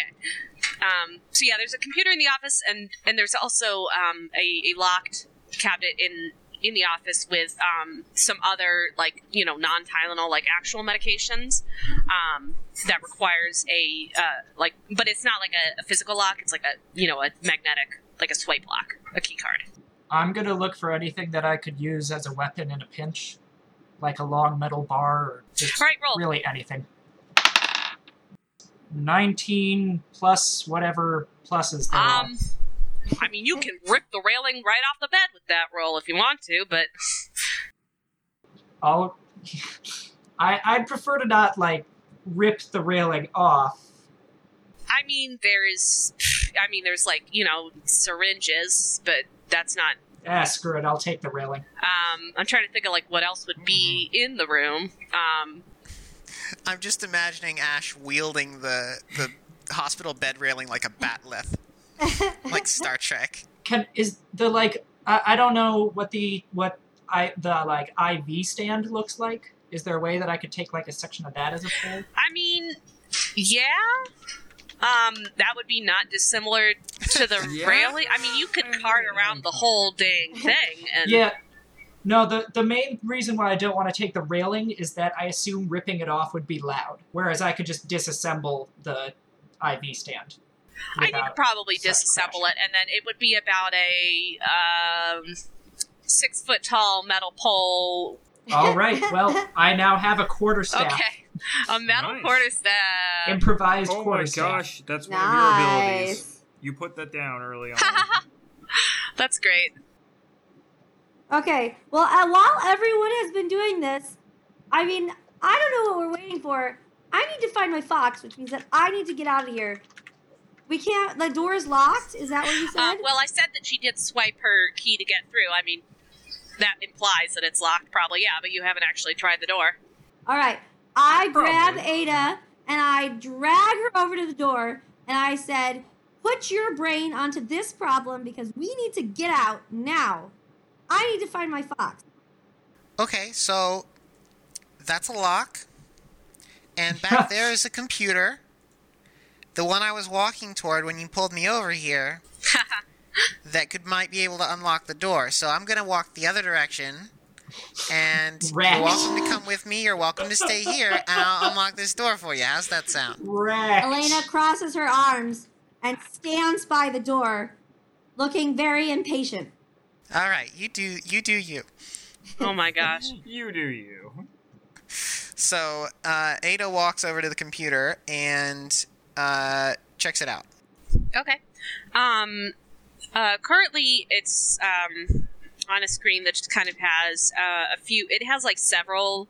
Um, so yeah, there's a computer in the office, and and there's also um, a, a locked cabinet in in the office with um, some other like you know non Tylenol like actual medications um, that requires a uh, like, but it's not like a, a physical lock. It's like a you know a magnetic like a swipe lock, a key card. I'm gonna look for anything that I could use as a weapon in a pinch, like a long metal bar or just All right, roll. really anything. 19 plus whatever pluses there are. Um, I mean, you can rip the railing right off the bed with that roll if you want to, but I'll, *laughs* I, I'd prefer to not, like, rip the railing off. I mean, there's, I mean, there's like you know syringes, but that's not. Ah, screw it, I'll take the railing. Um, I'm trying to think of like what else would be Mm-hmm. in the room. Um, I'm just imagining Ash wielding the the hospital bed railing like a bat lift, like Star Trek. Can, is the, like, I, I don't know what the, what I, the, like, IV stand looks like. Is there a way that I could take, like, a section of that as a pull? I mean, yeah. Um, that would be not dissimilar to *laughs* the Yeah. railing. I mean, you could cart around the whole *laughs* dang thing, and Yeah. No, the, the main reason why I don't want to take the railing is that I assume ripping it off would be loud, whereas I could just disassemble the IV stand. I think *laughs* without- probably such disassemble it, and then it would be about a um, six foot tall metal pole All right, well, I now have a quarter staff. Okay. *laughs* A metal Nice. quarter staff. Improvised Oh quarter my staff. gosh, that's one of your abilities. nice. You put that down early on. *laughs* That's great. Okay. Well, uh, while everyone has been doing this, I mean, I don't know what we're waiting for. I need to find my fox, which means that I need to get out of here. We can't. The door is locked. Is that what you said? Um, well, I said that she did swipe her key to get through. I mean, that implies that it's locked, probably. Yeah, but you haven't actually tried the door. All right. I grab Probably. Ada and I drag her over to the door and I said, "Put your brain onto this problem because we need to get out now. I need to find my fox." Okay, so that's a lock. And back there is a computer. The one I was walking toward when you pulled me over here that could might be able to unlock the door. So I'm going to walk the other direction. And Rats. you're welcome to come with me. You're welcome to stay here, and I'll unlock this door for you. How's that sound? Wrecked. Elena crosses her arms and stands by the door, looking very impatient. All right, you do you do you. Oh my gosh. *laughs* You do you. So uh, Ada walks over to the computer and uh, checks it out. Okay. Um, uh, currently, it's um, on a screen that just kind of has uh, a few. It has like several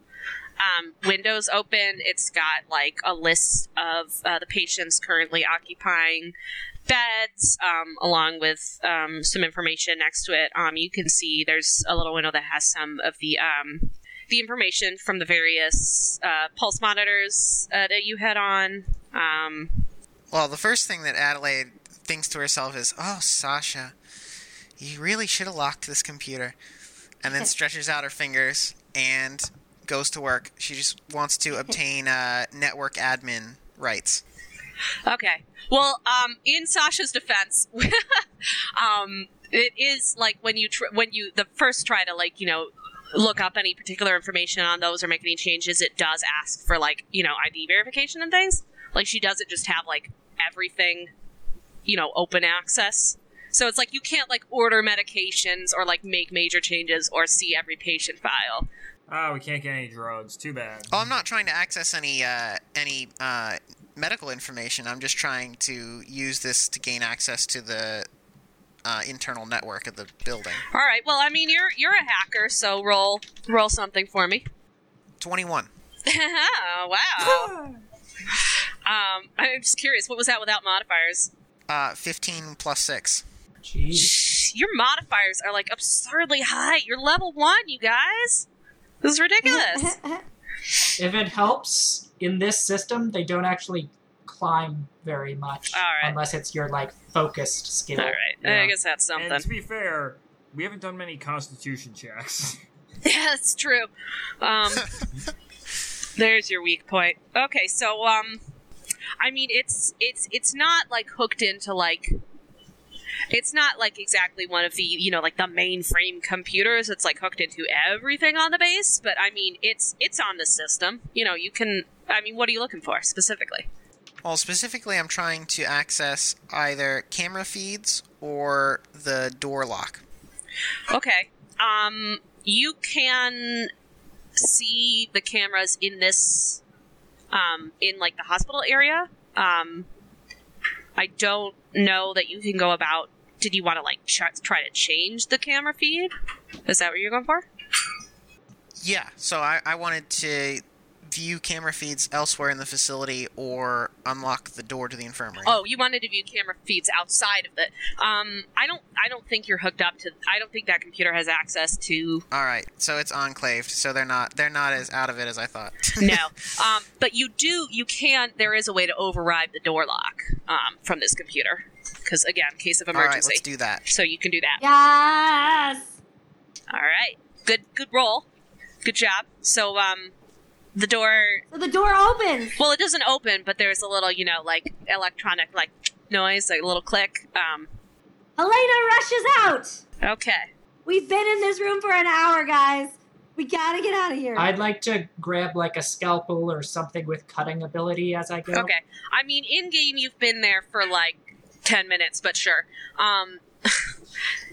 um, windows open. It's got like a list of uh, the patients currently occupying beds, um, along with um, some information next to it. Um, you can see there's a little window that has some of the. Um, the information from the various uh, pulse monitors uh, that you had on, um, Well, the first thing that Adelaide thinks to herself is, "Oh, Sasha, you really should have locked this computer," and then stretches out her fingers and goes to work. She just wants to obtain uh, network admin rights. Okay. Well, um, in Sasha's defense, *laughs* um, it is like when you tr- when you the first try to like you know look up any particular information on those or make any changes, it does ask for like you know ID verification and things. Like she doesn't just have like everything, you know, open access. So it's like you can't like order medications or like make major changes or see every patient file. Ah, we can't get any drugs. Too bad. Oh, I'm not trying to access any uh, any uh, medical information. I'm just trying to use this to gain access to the uh, internal network of the building. All right. Well, I mean, you're you're a hacker, so roll roll something for me. Twenty-one. Oh, *laughs* wow. um, I'm just curious. What was that without modifiers? Uh, Fifteen plus six. Jeez. Your modifiers are like absurdly high. You're level one, you guys. This is ridiculous. If it helps in this system, they don't actually climb very much All right. unless it's your like focused skill. All right. I Yeah. guess that's something. And to be fair, we haven't done many constitution checks. *laughs* Yeah, *laughs* that's true. Um, there's your weak point. Okay, so um, I mean, it's it's it's not like hooked into like. It's not like exactly one of the you know like the mainframe computers. It's like hooked into everything on the base, but I mean it's it's on the system. You know you can. I mean, what are you looking for specifically? Well, specifically, I'm trying to access either camera feeds or the door lock. Okay. Um, you can see the cameras in this, um, in like the hospital area. Um, I don't know that you can go about. Did you want to like ch- try to change the camera feed? Is that what you're going for? Yeah, so I, I wanted to view camera feeds elsewhere in the facility or unlock the door to the infirmary. Oh, you wanted to view camera feeds outside of the. Um, I don't. I don't think you're hooked up to. I don't think that computer has access to All right, so it's enclaved, so they're not they're not as out of it as I thought. *laughs* no. Um, but you do, you can, there is a way to override the door lock um, from this computer. Because, again, case of All right, emergency. let's do that. so you can do that. *laughs* yes. All right. Good, good roll. Good job. So, um, the door, So the door opens. well, it doesn't open, but there's a little, you know, like electronic, like noise, like a little click. Um, Elena rushes out. okay. We've been in this room for an hour, guys. We gotta get out of here. I'd like to grab like a scalpel or something with cutting ability as I go. Okay. I mean, in game, you've been there for like 10 minutes, but sure. Um, *laughs*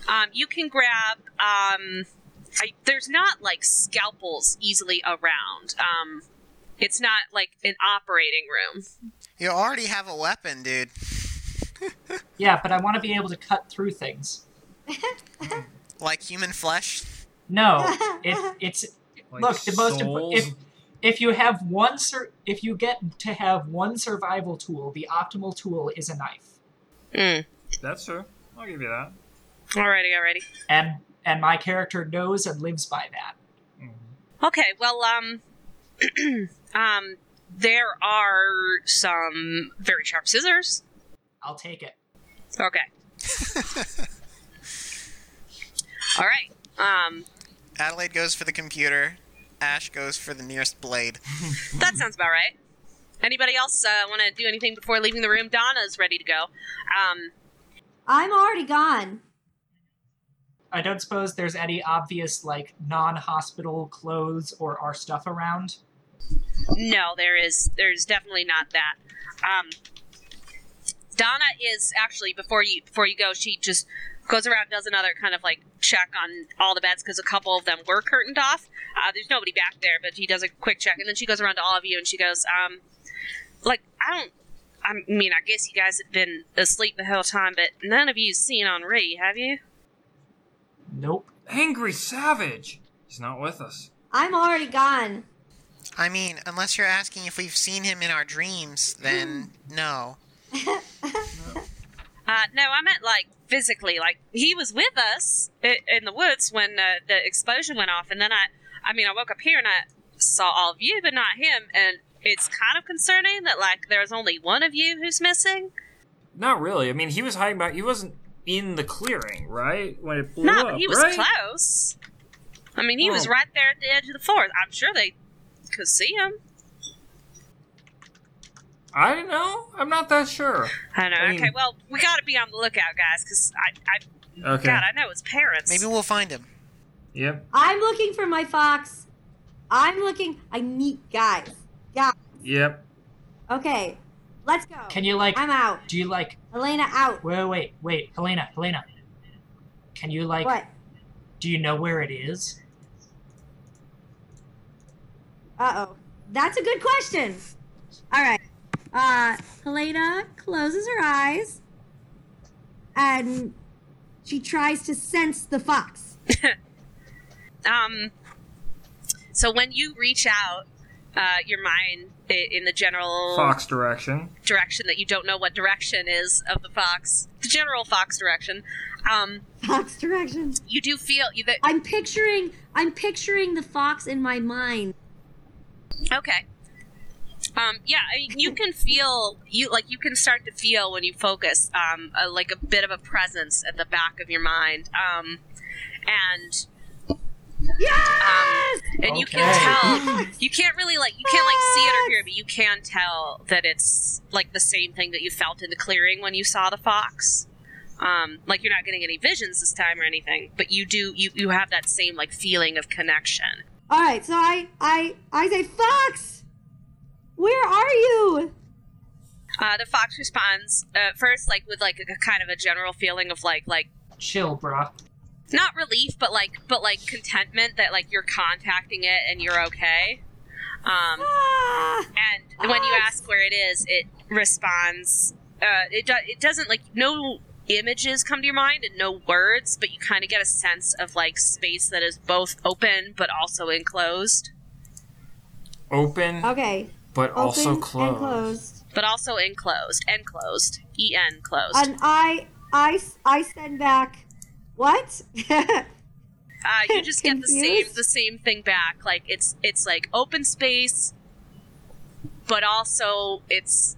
um, you can grab. Um, I, there's not like scalpels easily around. Um, it's not like an operating room. You already have a weapon, dude. Yeah, but I want to be able to cut through things. Like human flesh. *laughs* No, it, it's Like Look, the most souls. important. If, if you have one, sur- if you get to have one survival tool, the optimal tool is a knife. That's true. I'll give you that. Alrighty, alrighty. and and my character knows and lives by that. Okay, well, um, *clears throat* um, there are some very sharp scissors. I'll take it. Okay. All right. Um, Adelaide goes for the computer. Ash goes for the nearest blade. That sounds about right. Anybody else uh, want to do anything before leaving the room? Donna's ready to go. Um, I'm already gone. I don't suppose there's any obvious like non-hospital clothes or our stuff around. no, there is. There's definitely not that. Um, Donna is actually before you before you go. She just goes around does another kind of like check on all the beds because a couple of them were curtained off. Uh, there's nobody back there, but she does a quick check and then she goes around to all of you and she goes, um, like I don't. I mean, I guess you guys have been asleep the whole time, but none of you seen Henri, have you? Nope. Angry savage. He's not with us. I'm already gone. I mean, unless you're asking if we've seen him in our dreams, then Hmm. no. Uh, no, I meant like physically. Like he was with us i- in the woods when uh, the explosion went off, and then I, I mean, I woke up here and I saw all of you, but not him. And it's kind of concerning that like there's only one of you who's missing. Not really. I mean, he was hiding back. He wasn't in the clearing, right? When it blew No, up, he was right? close. I mean, he was Oh. right there at the edge of the forest. I'm sure they could see him. I don't know. I'm not that sure. I know. I mean- okay, well, we got to be on the lookout, guys, because I, I, Okay. God, I know his parents. Maybe we'll find him. Yep. I'm looking for my fox. I'm looking. I need guys. Guys. Yep. Okay, let's go. Can you like? I'm out. Do you like? Elena out. Wait, wait, wait, Helena, Helena. Can you like? what? Do you know where it is? Uh oh. That's a good question. All right. Uh, Helena closes her eyes and she tries to sense the fox. um so when you reach out uh, your mind i- in the general Fox direction. direction that you don't know what direction is of the fox the general fox direction um Fox direction. you do feel you that I'm picturing. I'm picturing the fox in my mind. okay um yeah I mean, you can feel you like you can start to feel when you focus um a, like a bit of a presence at the back of your mind um and Yes. and you Okay. can tell you can't really like you can't like see it or hear it but you can tell that it's like the same thing that you felt in the clearing when you saw the fox um, like you're not getting any visions this time or anything but you do you, you have that same like feeling of connection All right. So I. I. I say, fox. Where are you? uh, the fox responds uh, first like with like a, kind of a general feeling of like like Chill, brah. not relief but like but like contentment that like you're contacting it and you're okay um, Ah! And when you ask where it is, it responds. Uh, it do- it doesn't like no images come to your mind and no words, but you kind of get a sense of like space that is both open but also enclosed, Open, Okay. but Open also and closed. closed. but also enclosed, enclosed, e n closed. And I, I, I send back. What? *laughs* uh, you just get the same confused? the same thing back. Like it's it's like open space, but also it's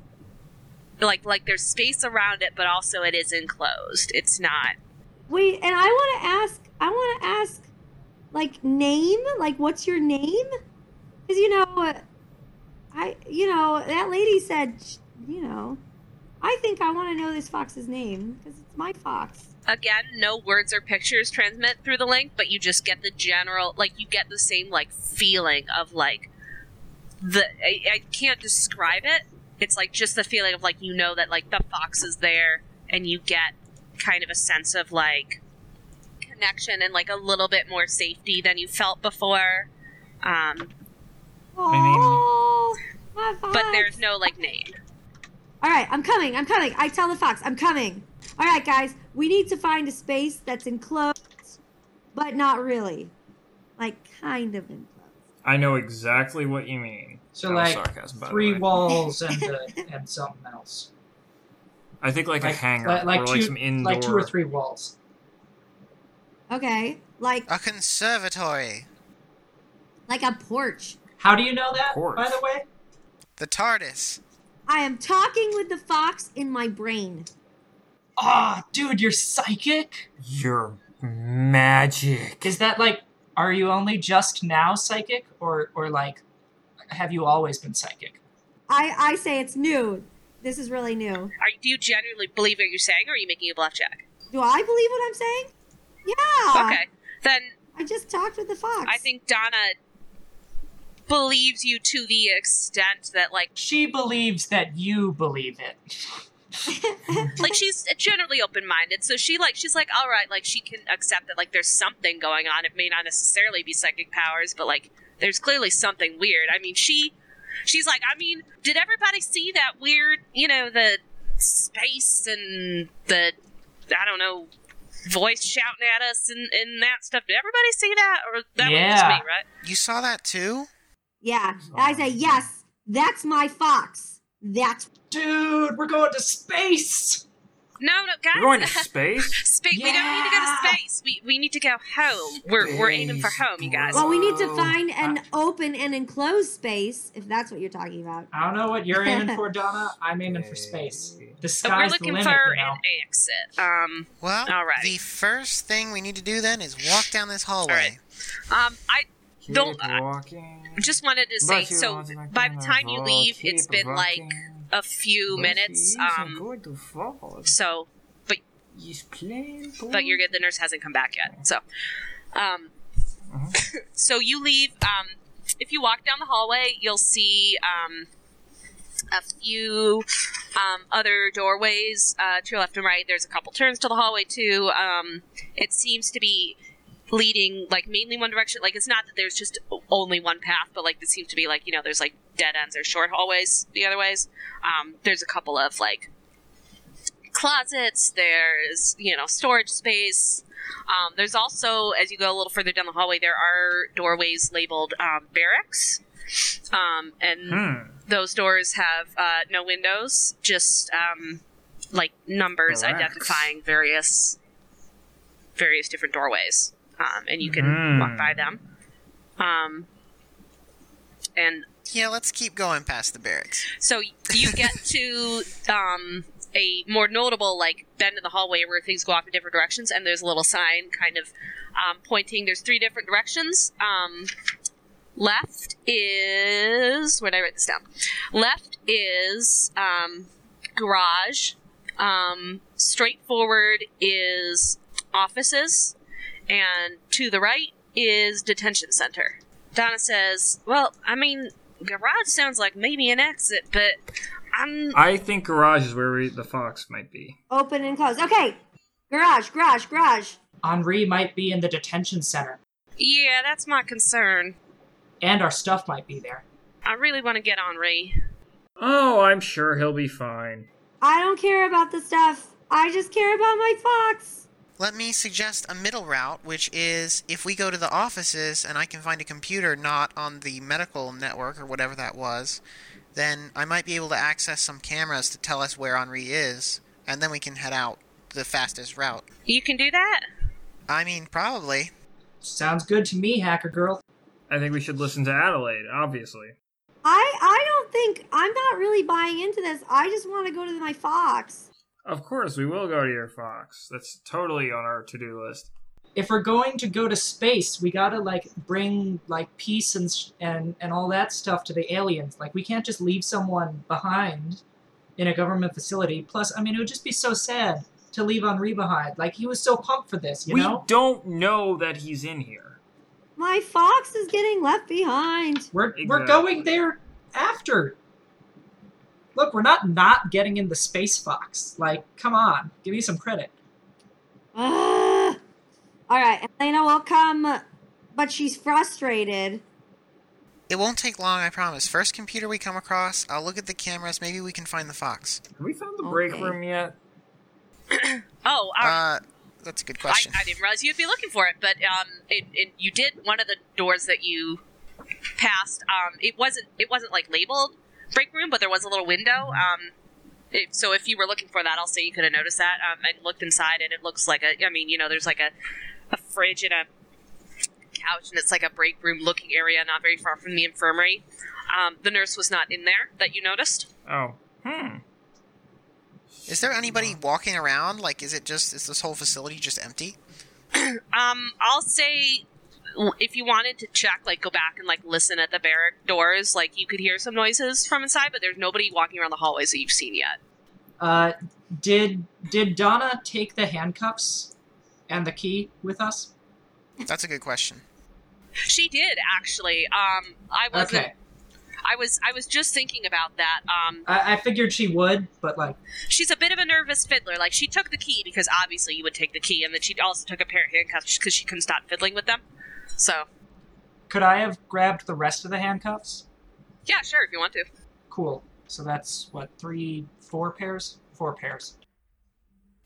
like like there's space around it, but also it is enclosed. It's not Wait, and I want to ask. I want to ask, like name. Like, what's your name? Because you know, uh, I, you know, that lady said, you know, I think I want to know this fox's name because it's my fox. again no words or pictures transmit through the link but you just get the general like you get the same like feeling of like the I, I can't describe it it's like just the feeling of like you know that like the fox is there and you get kind of a sense of like connection and like a little bit more safety than you felt before um, name- Oh, my fox. but there's no like name All right, I'm coming. I'm coming. I tell the fox, I'm coming. All right, guys, we need to find a space that's enclosed, but not really, like kind of enclosed. I know exactly what you mean. So That was like sarcasm, by the three way. *laughs* walls and uh, and something else. I think like, a hangar like, like or two, like some indoor. like two or three walls. Okay, like A conservatory. like a porch. How do you know that? Porch. By the way, The TARDIS. I am talking with the fox in my brain. ah, dude, you're psychic. You're magic. Is that like? Are you only just now psychic, or or like, have you always been psychic? I I say it's new. This is really new. are, do you genuinely believe what you're saying or are you making a bluff check Do I believe what I'm saying? Yeah. okay then I just talked with the fox. I think Donna believes you to the extent that like She believes that you believe it. *laughs* like she's generally open minded, so she like she's like all right, like she can accept that like there's something going on. It may not necessarily be psychic powers, but like there's clearly something weird. I mean, she she's like, I mean, did everybody see that weird, you know, the space and the I don't know voice shouting at us and, and that stuff? Did everybody see that, or that was just Yeah. me, right? You saw that too? *laughs* Yeah. I say yes. That's my fox. That's Dude, we're going to space. No, no, guys, You're going to space? Space. We don't need to go to Yeah. space. We, we need to go home. We're, we're aiming for home, you guys. Well, we need to Oh, find an open and enclosed space, if that's what you're talking about. I don't know what you're aiming for, Donna. I'm aiming for *laughs* space. The But we're sky's the looking limit. for you know? an exit. Um, Well, All right. the first thing we need to do then is walk down this hallway. right. um, I *laughs* Don't- walking. Just wanted to say, so by the time you leave, it's been like a few minutes. Um, going to fall. so, but He's playing but you're good. The nurse hasn't come back yet. So, um, *coughs* so you leave. Um, if you walk down the hallway, you'll see um, a few um, other doorways uh, to your left and right. There's a couple turns to the hallway too. Um, it seems to be leading like mainly one direction. Like it's not that there's just only one path, but like this seems to be like you know there's like dead ends or short hallways the other ways. Um, there's a couple of like closets. There's you know storage space. Um, there's also as you go a little further down the hallway, there are doorways labeled um, barracks, um, and Hmm. those doors have uh, no windows, just um, like numbers Barracks. identifying various various different doorways, um, and you can Mm. walk by them. Um, and Yeah, let's keep going past the barracks. so you get to um, a more notable like bend in the hallway where things go off in different directions, and there's a little sign kind of um, pointing. There's three different directions. Um, left is where did I write this down? Left is um, garage. Um, straight forward is offices, and to the right is detention center. Donna says, "Well, I mean, garage sounds like maybe an exit, but I'm I think garage is where we, the fox might be. Open and close. Okay. Garage, garage, garage. Henri might be in the detention center, yeah, that's my concern. and our stuff might be there. I really want to get Henri. Oh, I'm sure he'll be fine. I don't care about the stuff. I just care about Mike Fox. Let me suggest a middle route, which is if we go to the offices and I can find a computer not on the medical network or whatever that was, then I might be able to access some cameras to tell us where Henri is, and then we can head out the fastest route. You can do that. I mean, probably. Sounds good to me, hacker girl. I think we should listen to Adelaide, obviously. I I don't think I'm not really buying into this. I just want to go to my Fox. Of course, we will go to your fox. That's totally on our to do list. If we're going to go to space, we gotta like bring like peace and sh- and and all that stuff to the aliens. Like we can't just leave someone behind in a government facility. Plus, I mean, it would just be so sad to leave Henri behind. Like he was so pumped for this, you we know. don't know that he's in here. My Fox is getting left behind. We're we're Exactly. going there after. Look, we're not not getting in the space fox. Like, come on, give me some credit. Ugh. All right, Elena will come, but she's frustrated. *laughs* It won't take long, I promise. First computer we come across, I'll look at the cameras, maybe we can find the fox. Have we found the break Okay. room yet? Oh, all right. Uh, that's a good I, question. I didn't realize you'd be looking for it, but um, it, it, you did one of the doors that you passed. Um, it wasn't it wasn't like labeled break room, but there was a little window. Um, it, so if you were looking for that, I'll say you could have noticed that. Um, and looked inside, and it looks like a. I mean, you know, there's like a, a fridge and a couch, and it's like a break room looking area, not very far from the infirmary. Um, the nurse was not in there that you noticed. Oh. Hmm. Is there anybody walking around? Like, is it just, is this whole facility just empty? Um, I'll say if you wanted to check, like go back and like listen at the barrack doors, like you could hear some noises from inside, but there's nobody walking around the hallways that you've seen yet. Uh, did did Donna take the handcuffs and the key with us? That's a good question. She did actually. Um, I wasn't. Okay, I was. I was just thinking about that. Um, I, I figured she would, but like, she's a bit of a nervous fiddler. Like she took the key because obviously you would take the key, and then she also took a pair of handcuffs because she couldn't stop fiddling with them. So could I have grabbed the rest of the handcuffs? yeah, sure if you want to. Cool. So that's what three, four pairs, four pairs.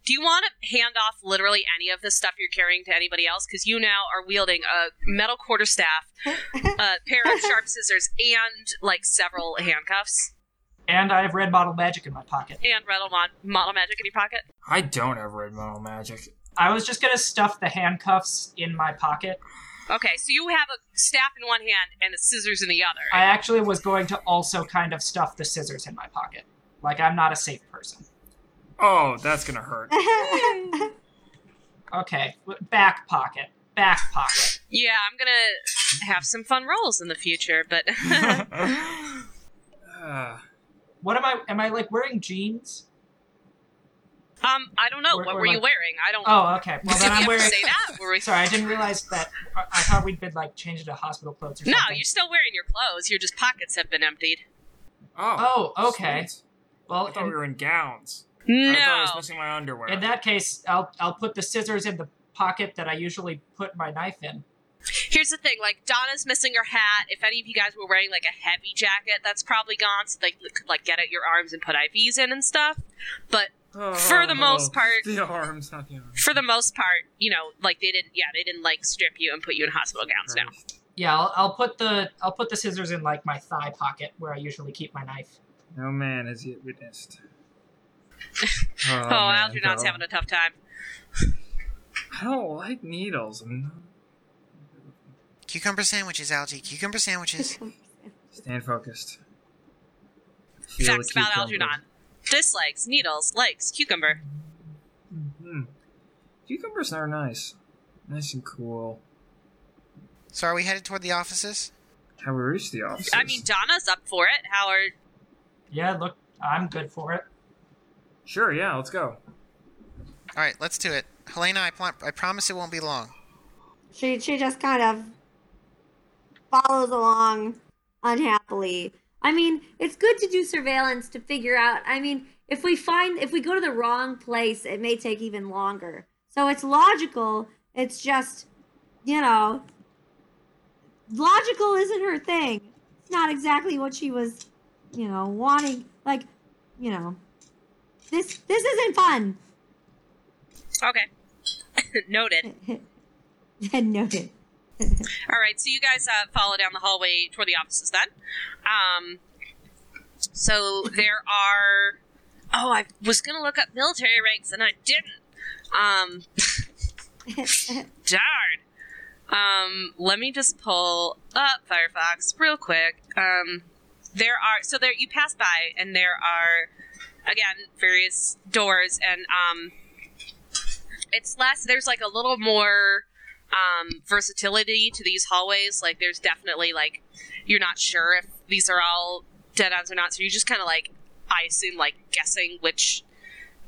Do you want to hand off literally any of the stuff you're carrying to anybody else? Because you now are wielding a metal quarterstaff, a pair of *laughs* sharp scissors, and like several handcuffs, And I have red model magic in my pocket. and metal mod- model magic in your pocket. I don't have red metal magic. I was just gonna stuff the handcuffs in my pocket. Okay, so you have a staff in one hand and a scissors in the other. I actually was going to also kind of stuff the scissors in my pocket. Like I'm not a safe *laughs* person. *laughs* *laughs* Uh, Oh, that's gonna hurt. Okay, w- back pocket. back pocket. Yeah, I'm gonna have some fun rolls in the future, *laughs* but *laughs* um, uh, What am I? Am I like wearing jeans? um, I don't know. We're- what we're were you like- wearing? I don't. Oh, okay. *laughs* Well, did then we I'm ever wearing. say that? Were we- *laughs* Sorry, I didn't realize that. I, I thought we'd been like changed to hospital clothes or No, something. you're still wearing your clothes. Your just pockets have been emptied. oh, Oh, okay. sweet. Well, I thought in, we were in gowns. I thought I No. was missing my underwear. in that case, I'll I'll put the scissors in the pocket that I usually put my knife in. Here's the thing: like Donna's missing her hat. If any of you guys were wearing like a heavy jacket, that's probably gone, so they could like get at your arms and put IVs in and stuff. But for the most *laughs* Oh, part- the arms, not the arms. *laughs* for the most part, you know, like they didn't. Yeah, they didn't like strip you and put you in hospital gowns. Now, Yeah, I'll, I'll put the I'll put the scissors in like my thigh pocket where I usually keep my knife. No man has yet *laughs* witnessed. oh, man, Algernon's though. having a tough time. I don't like needles. I'm not- Cucumber sandwiches, algae. Cucumber *laughs* sandwiches. Stand focused. Feel Facts the about cucumbers. Algernon: dislikes needles, likes cucumber. Mhm. Cucumbers are nice, nice and cool. so are we headed toward the offices? How we reach the office? I mean, Donna's up for it. Howard, Yeah, look, I'm good for it. sure, yeah, let's go. All right, let's do it. Helena, I, pl- I promise it won't be long. She she just kind of follows along unhappily. I mean, it's good to do surveillance to figure out. I mean, if we find if we go to the wrong place, it may take even longer. So it's logical. It's just, you know, logical isn't her thing. It's not exactly what she was, you know, wanting. Like, you know, this this isn't fun. *laughs* okay, *laughs* noted. and noted. All right, so you guys uh, follow down the hallway toward the offices then. Um, so there are. Oh, I was going to look up military ranks and I didn't. Um, darn. Um, let me just pull up Firefox real quick. Um, there are. So there you pass by and there are, again, various doors and. Um, it's less. There's like a little more um, versatility to these hallways. Like, there's definitely like you're not sure if these are all dead ends or not. So you're just kind of like, I assume like guessing which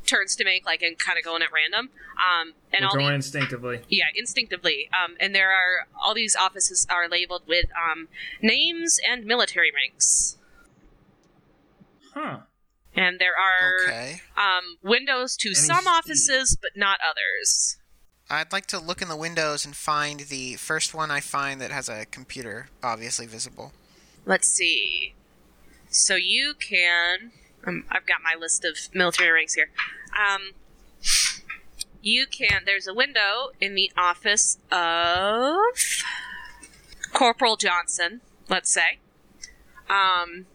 turns to make, like, and kind of going at random. Um, and We're all going the, instinctively. yeah, instinctively. Um, and there are all these offices are labeled with um, names and military ranks. Huh? And there are Okay. um, windows to Any some speed. offices, but not others. I'd like to look in the windows and find the first one I find that has a computer obviously visible. Let's see. So you can. Um, I've got my list of military ranks here. Um, you can. There's a window in the office of Corporal Johnson, let's say. Um,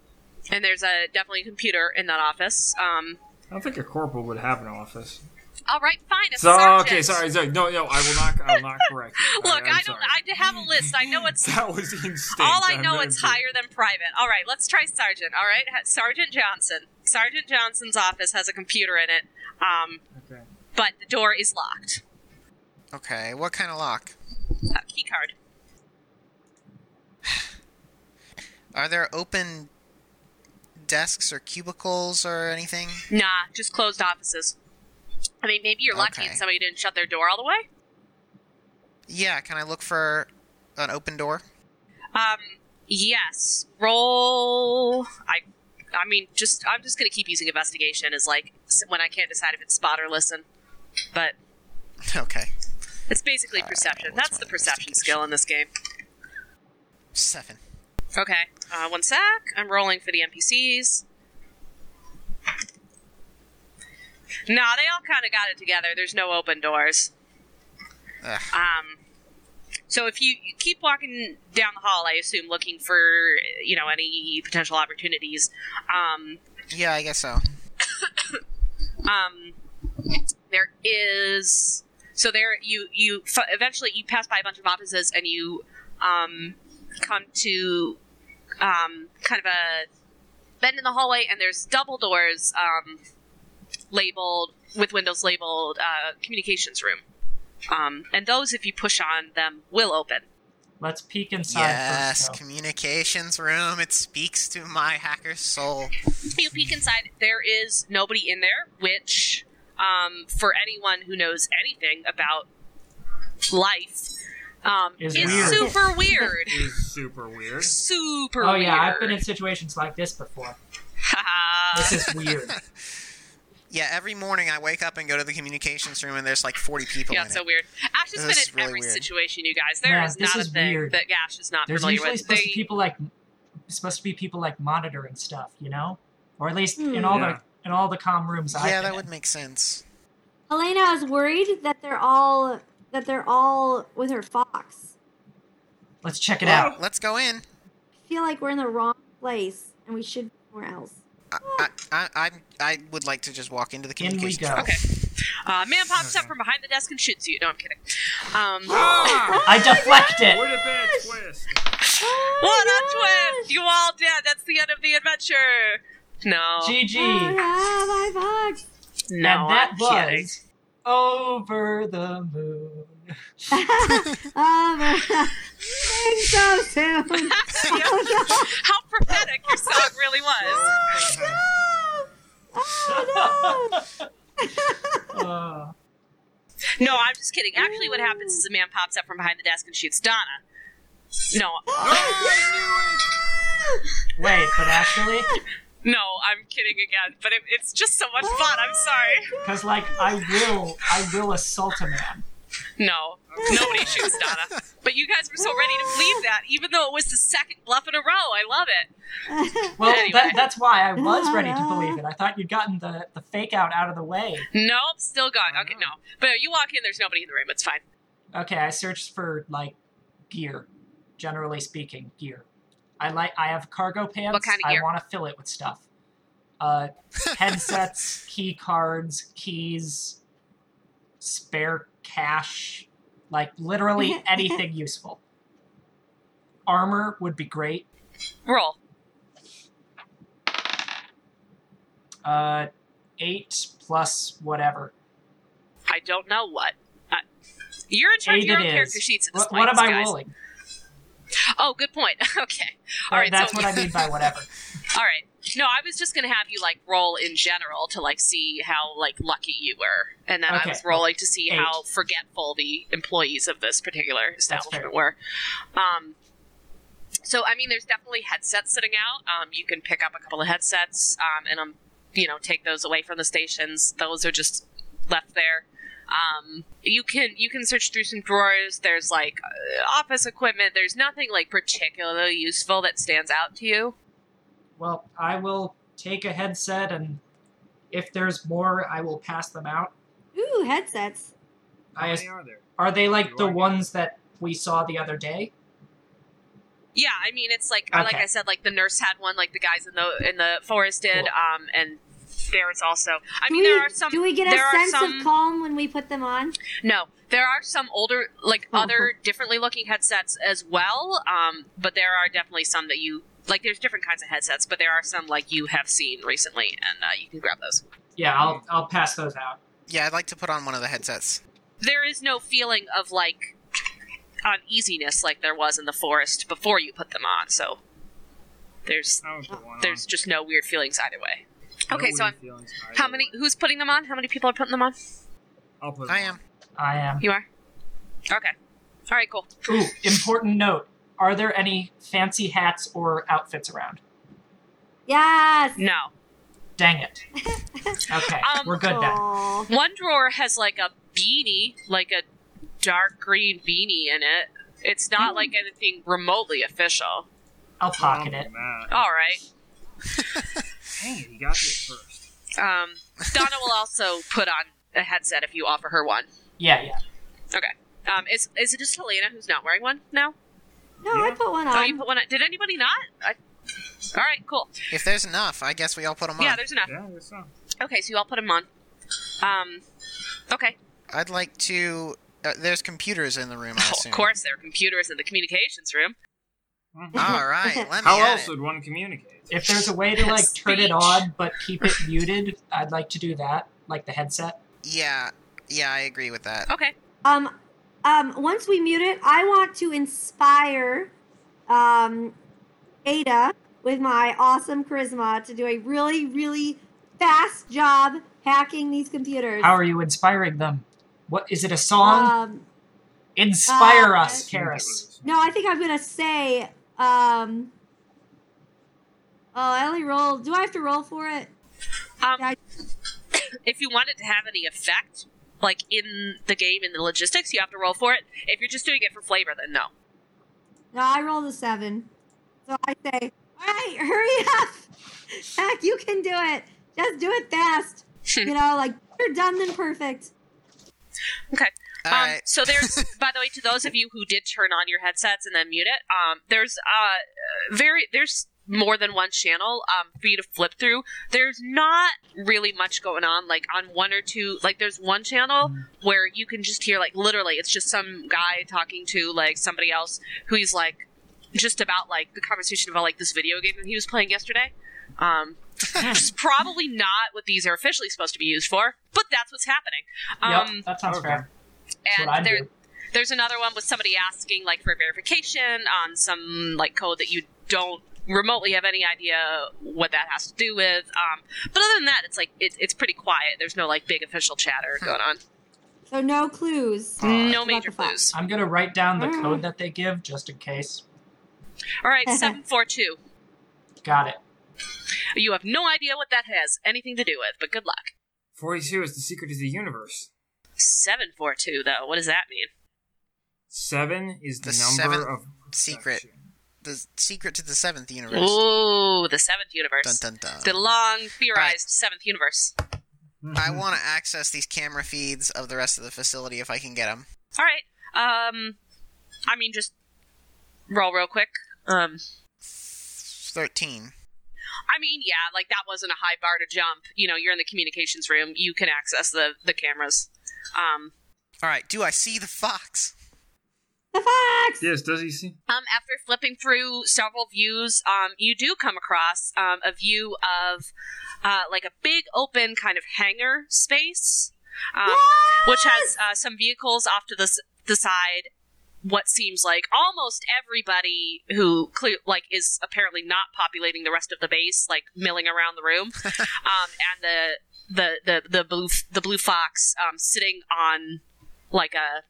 and there's a definitely a computer in that office. Um, I don't think a corporal would have an office. all right, fine. A So sergeant. okay, sorry, sorry. No, no, I will not. I will not correct you. *laughs* Look, I'm I don't. sorry. I have a list. I know *laughs* it's That was instinct. All I I'm know very it's big. higher than private. All right, let's try sergeant. All right, Ha- Sergeant Johnson. Sergeant Johnson's office has a computer in it, um, Okay. but the door is locked. Okay, what kind of lock? Uh, key card. Are there open desks or cubicles or anything? Nah, just closed offices. I mean, maybe you're lucky Okay. and somebody didn't shut their door all the way. Yeah, can I look for an open door? *laughs* Um, yes. Roll. I. I mean, just I'm just gonna keep using investigation as like s- when I can't decide if it's spot or listen, but Okay. it's basically Uh, perception. what's That's my the perception skill in this game. Seven. Okay. Uh, one sec. I'm rolling for the NPCs. Nah, they all kind of got it together. There's no open doors. Ugh. Um, so if you, you keep walking down the hall, I assume looking for you know any potential opportunities. Um, Yeah, I guess so. um, there is so there you you f- eventually you pass by a bunch of offices and you um, come to um, kind of a bend in the hallway and there's double doors um, labeled with windows labeled uh, communications room Um, and those, if you push on them, will open. Let's peek inside Yes, first. though. communications room. It speaks to my hacker soul. You peek inside. There is nobody in there, which, um, for anyone who knows anything about life, um, Is is, weird. super weird. Is super *laughs* weird. super oh weird. yeah, I've been in situations like this before. This is weird. Yeah, every morning I wake up and go to the communications room, and there's like 40 *laughs* people yeah, in it's so it. weird. Ash has This been is in really every weird. situation, you guys. There Yeah, is this not is a thing weird. that Ash is not There's familiar usually with. supposed They, to people like supposed to be people like monitoring stuff, you know, or at least in Hmm. all Yeah. the in all the calm rooms. I've Yeah, been that in. would make sense. Elena is worried that they're all that they're all with her fox. Let's check it Wow. out. Let's go in. I feel like we're in the wrong place and we should be somewhere else. I, I, I, I would like to just walk into the In we communications go. room. Okay. uh, man pops up Okay. from behind the desk and shoots you. No, I'm kidding. *laughs* Um, Ah! I deflect *laughs* it. Would have been a twist. What a twist! You all dead. That's the end of the adventure. No, Oh, GG. yeah, my fox. no, and that I'm kidding. was over the moon. Oh, my- Thanks *laughs* so soon. *laughs* Oh, no. How prophetic your song really was. Oh, no. *laughs* Uh, No, I'm just kidding. Actually, what happens is a man pops up from behind the desk and shoots Donna. No, Oh, wait, but actually, no, I'm kidding again. But it, it's just so much fun. I'm sorry. because like I will, I will assault a man. No, nobody shoots Donna. But you guys were so ready to believe that, even though it was the second bluff in a row. I love it. Well, Anyway. that, that's why I was ready to *laughs* believe it. I thought you'd gotten the, the fake out out of the way. Nope, still gone. Okay, no. But you walk in, there's nobody in the room. It's fine. Okay, I searched for like gear. Generally speaking, gear. I like I have cargo pants. What kind of gear? I want to fill it with stuff. Uh, *laughs* headsets, key cards, keys, spare cash, like *laughs* literally anything useful. Armor would be great. Roll. Uh, eight plus whatever. I don't know what. Uh, you're in charge of Eight your it own character is. sheets at this What, point. what am I guys. rolling? Oh, good point. *laughs* okay. All right. that's so, what I mean by whatever. All right. No, I was just gonna have you like roll in general to like see how like lucky you were, and then I Okay. was rolling to see Eight. how forgetful the employees of this particular establishment fair. were. Um, so I mean, there's definitely headsets sitting out. Um, you can pick up a couple of headsets, um, and um, you know, take those away from the stations. Those are just left there. Um, you can you can search through some drawers. There's like uh, office equipment. There's nothing like particularly useful that stands out to you. Well, I will take a headset, and if there's more, I will pass them out. Ooh, headsets. How I many are there? are they like You the are- ones that we saw the other day? Yeah, I mean it's like I like Okay. I said, like the nurse had one, like the guys in the in the forest did, Cool. um, and there's also. I Do mean, we- there are some. Do we get a there are sense some- of calm when we put them on? No, there are some older, like other differently looking headsets as well. Um, but there are definitely some that you like. There's different kinds of headsets, but there are some like you have seen recently, and uh, you can grab those. Yeah, Mm. I'll I'll pass those out. Yeah, I'd like to put on one of the headsets. There is no feeling of like uneasiness like there was in the forest before you put them on. So there's I don't put one on. there's just no weird feelings either way. Uh-huh. No Okay, so weird I'm- feelings How either many? way. Who's putting them on? How many people are putting them on? I'll put. I am. them I am. You are. Okay. All right. Cool. Ooh, important note: Are there any fancy hats or outfits around? Yes. No. *laughs* Dang it. Okay, Um, we're good then. Aw. One drawer has like a beanie, like a dark green beanie in it. It's Hmm. not like anything remotely official. I'll on. pocket it. Matt. All right. Dang it, he got to it first. Um, Donna will also put on a headset if you offer her one. Yeah, yeah. Okay. Um, is is it just Helena who's not wearing one now? No, I Yeah. put one on. Um. oh, you put one. On. Did anybody not? I... All right. Cool. If there's enough, I guess we all put them on. Yeah. There's enough. Yeah, I guess so. Okay. So you all put them on. Um. Okay. I'd like to. Uh, there's computers in the room, I Oh, *laughs* assume. of course, there are computers in the communications room. Mm-hmm. All right, *laughs* let me How at else it. would one communicate? If there's a way to like turn Speech. it on but keep it muted, I'd like to do that, like the headset. Yeah, yeah, I agree with that. Okay. Um, um, once we mute it, I want to inspire um, Ada with my awesome charisma to do a really, really fast job hacking these computers. How are you inspiring them? What is it? A song? um, Inspire uh, us, Karis. no, I think I'm gonna say. Um, oh, I only roll. Do I have to roll for it? Um, if you want it to have any effect, like in the game in the logistics, you have to roll for it. If you're just doing it for flavor, then no. No, I rolled a seven. So I say, all right, *laughs* hurry up. Heck, you can do it. Just do it fast. you know, like better done than perfect. Okay. All Um, right. So *laughs* there's, by the way, to those of you who did turn on your headsets and then mute it, um, there's uh, very there's more than one channel um, for you to flip through. There's not really much going on. Like on one or two, like there's one channel Mm. where you can just hear like literally, it's just some guy talking to like somebody else who he's like just about like the conversation about like this video game that he was playing yesterday. *laughs* Um, which is probably not what these are officially supposed to be used for, but that's what's happening. Um, yep, that sounds okay. fair. That's what I and there, do. there's another one with somebody asking like for verification on some like code that you don't remotely have any idea what that has to do with. Um, but other than that, it's like it, it's pretty quiet. There's no like big official chatter Hmm. going on. So no clues. no About major the file. clues. I'm gonna write down the Mm. code that they give just in case. All *laughs* right, seven four two. Got it. You have no idea what that has anything to do with, but good luck. 42 is the secret of the universe. Seven four two though. What does that mean? Seven is the, The number seventh of secret. perfection. The secret to the seventh universe. Ooh, the seventh universe. Dun dun dun. The long theorized All right. seventh universe. I want to access these camera feeds of the rest of the facility if I can get them. All right. Um, I mean, just roll real quick. Um, Thirteen. I mean, yeah, like that wasn't a high bar to jump. You know, you're in the communications room. You can access the the cameras. Um, All right. Do I see the fox? The fox. Yes, does *laughs* he see? um, after flipping through several views, um, you do come across um, a view of uh, like a big open kind of hangar space, um, which has uh, some vehicles off to the s- the side. What seems like almost everybody who cle- like is apparently not populating the rest of the base, like milling around the room, um, and the the the the blue the blue fox um, sitting on like a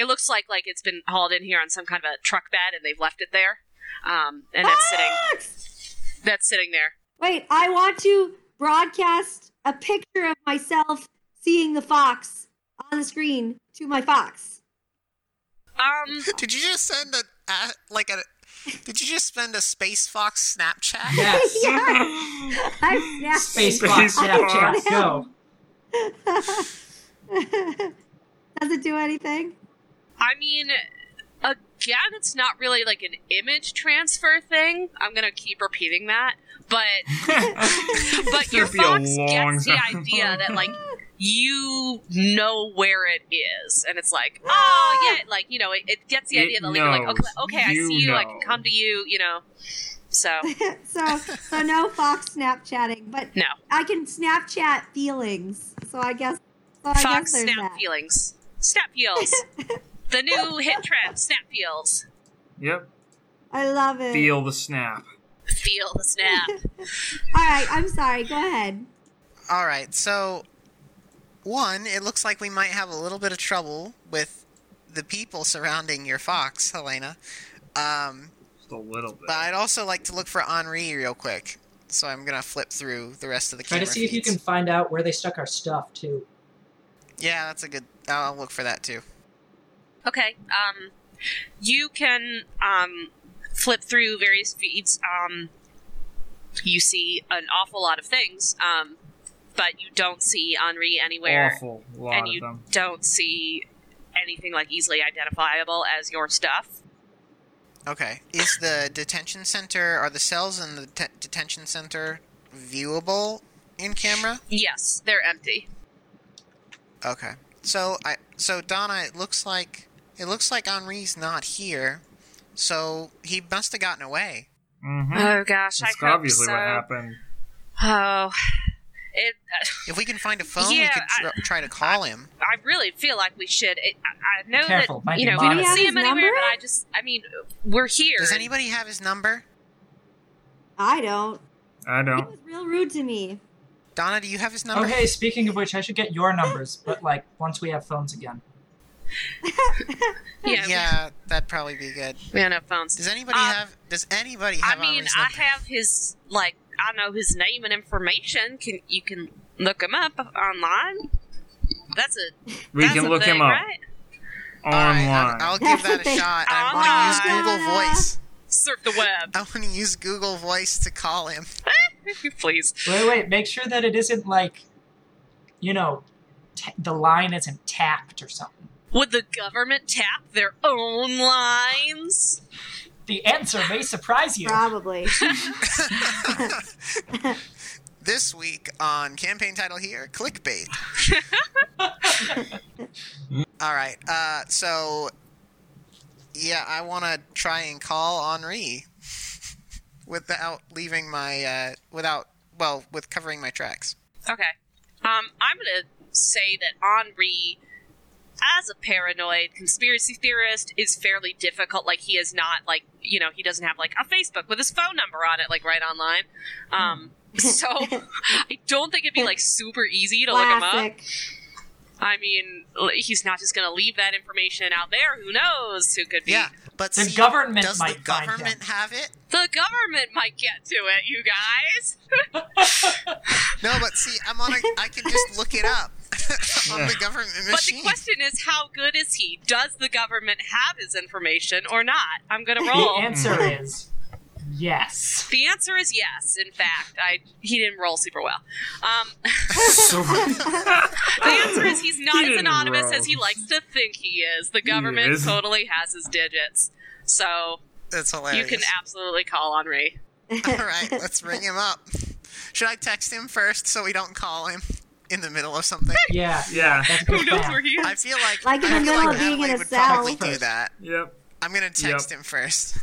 it looks like like it's been hauled in here on some kind of a truck bed and they've left it there um, and that's sitting Ah! Fox! that's sitting there Wait, I want to broadcast a picture of myself seeing the fox on the screen to my fox. um *laughs* Did you just send a a- like a? Did you just send a space fox Snapchat? Yes. yeah. *laughs* I'm yeah. Space Space box. *laughs* box. Snapchat. Go. *laughs* Does it do anything? i mean again it's not really like an image transfer thing i'm gonna keep repeating that *laughs* but but your It's gonna fox be a long gets the time. idea *laughs* that like you know where it is and it's like oh *gasps* yeah like you know it, it gets the It idea that like, you're like okay, knows. okay i You see you i can know. come to you you know *laughs* so so so no fox Snapchatting, but no I can Snapchat feelings. So I guess so I fox guess there's snap that. feelings snap *laughs* feels the new hit trend snap feels Yep. I love it. Feel the snap. feel the snap All right, I'm sorry. Go ahead. All right. So, one, it looks like we might have a little bit of trouble with the people surrounding your fox, Helena. Um, Just a little bit. but I'd also like to look for Henri real quick. So I'm gonna flip through the rest of the. Try to camera see if you feeds. can find out where they stuck our stuff too. Yeah, that's a good. I'll look for that too. Okay. Um, you can um, flip through various feeds. Um, you see an awful lot of things, um, but you don't see Henri anywhere, Awful lot and of you them. don't see anything like easily identifiable as your stuff. Okay. Is the detention center? Are the cells in the det- detention center viewable in camera? Yes, they're empty. Okay. So I. So Donna, it looks like it looks like Henri's not here. So he must have gotten away. Mm-hmm. Oh gosh, That's I hope obviously so. what happened. Oh, It, If we can find a phone, we Yeah, could tr- try to call him. I really feel like we should. It, I, I know Careful, might that you be know we don't monitored. see him Do you have his anywhere, number? but I just, I mean, we're here. Does anybody have his number? I don't. I He don't. was real rude to me. Donna, do you have his number? Oh, hey, speaking of which, I should get your numbers, but like once we have phones again. Yeah, Yeah, that'd probably be good. we don't have phones. Does anybody Uh, have? Does anybody I have? mean, Henri's I number? have his like, I know his name and information. Can you can look him up online? That's a We that's can a look thing, him up right? All right, online. I'll- I'll give That's that what *laughs* a they- shot. I want to use Online. Google Voice. Surf the web, *laughs* I want to use Google Voice to call him. please. Wait, wait, make sure that it isn't like, you know, ta the line isn't tapped or something. Would the government tap their own lines? The answer may surprise *laughs* you. Probably. This week on campaign title here, clickbait. All right. Uh, so, yeah, I want to try and call Henri without leaving my uh, without well with covering my tracks. Okay. Um, I'm gonna say that Henri, as a paranoid conspiracy theorist, is fairly difficult. Like he is not like you know he doesn't have like a Facebook with his phone number on it, like right online. Um, so I don't think it'd be like super easy to look him up. Classic. I mean, l- he's not just gonna leave that information out there. Who knows who could be? Yeah, but The see, government does might the find him. government have it? The government might get to it, you guys. No, but see, I'm on. A, I can just look it up *laughs* on the Yeah. government But the machine. question is, how good is he? Does the government have his information or not? I'm gonna *laughs* The roll. answer is yes. The answer is yes. In fact, I he didn't roll super well. Um, *laughs* So- *laughs* the answer is he's not He as didn't anonymous roll. as he likes to think he is. The government is. totally has his digits, so That's hilarious. you can absolutely call Henri. *laughs* All *laughs* right, let's ring him up. Should I text him first so we don't call him in the middle of something? Yeah. yeah. That's a Who *laughs* good knows plan. where he is? I feel like Like in I the feel middle like of being in Adelaide a would cell. probably do that. Yep. I'm gonna text him first.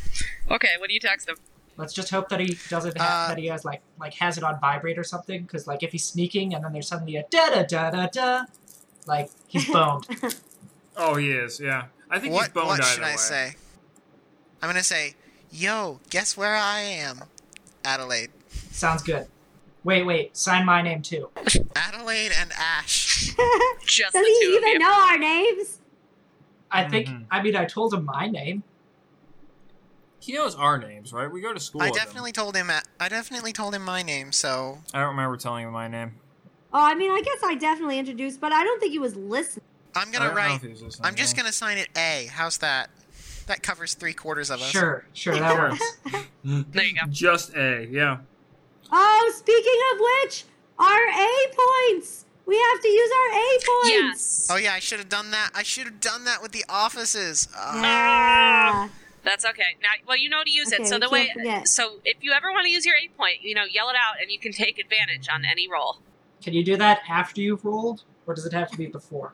Okay, what do you text him? Let's just hope that he doesn't ha- Uh, that he has like like has it on vibrate or something. Because like if he's sneaking and then there's suddenly a da da da da da, like *laughs* he's boned. Oh, he is. Yeah. I think he's What boned what either should I way. say? I'm gonna say, "Yo, guess where I am." Adelaide, Sounds good. Wait, wait, sign my name too. Adelaide, and Ash. Just the Does two he of you. even know our names? I think Mhm. I mean I told him my name. He knows our names, right? We go to school. I with him. definitely told him. a- I definitely told him my name. So I don't remember telling him my name. Oh, I mean, I guess I definitely introduced, but I don't think he was listening. I'm I gonna don't know write. if he was listening I'm just to me. gonna sign it A. How's that? That covers three quarters of us. Sure, sure, that Sure. works. Mm. There you go. Just A. Yeah. Oh, speaking of which, our A points. We have to use our A points. Yes. Oh yeah, I should have done that. I should have done that with the offices. Ah. Yeah. That's okay. Now, well, you know to use it. Okay, So we the way, can't forget. so if you ever want to use your eight point, you know, yell it out, and you can take advantage on any roll. Can you do that after you've rolled, or does it have to be before?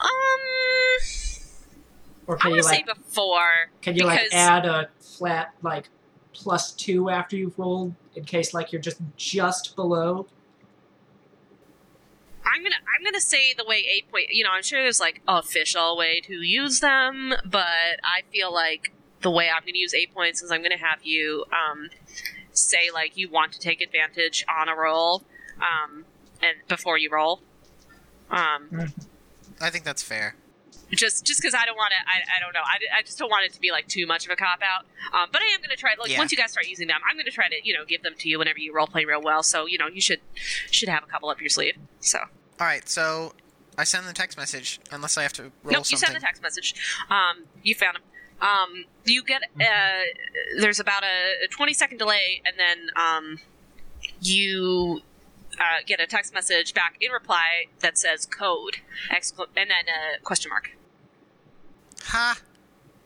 Um, Or I can want you to say like before. can you like because- add a flat like plus two after you've rolled in case like you're just just below? I'm gonna I'm gonna say the way eight point. You know, I'm sure there's like official way to use them, but I feel like the way I'm gonna use eight points is I'm gonna have you um, say like you want to take advantage on a roll, um, and before you roll, um, I think that's fair. just just because I don't want to. I, I don't know. I, I just don't want it to be like too much of a cop out. Um, but I am gonna try. Like Yeah. once you guys start using them, I'm gonna try to you know give them to you whenever you role play real well. So you know you should should have a couple up your sleeve. So. All right, so I send the text message unless I have to roll nope, something. you send the text message. Um, you found him. Um, you get uh, there's about a, a 20 second delay, and then um, you uh, get a text message back in reply that says code excla- and then a question mark. Ha.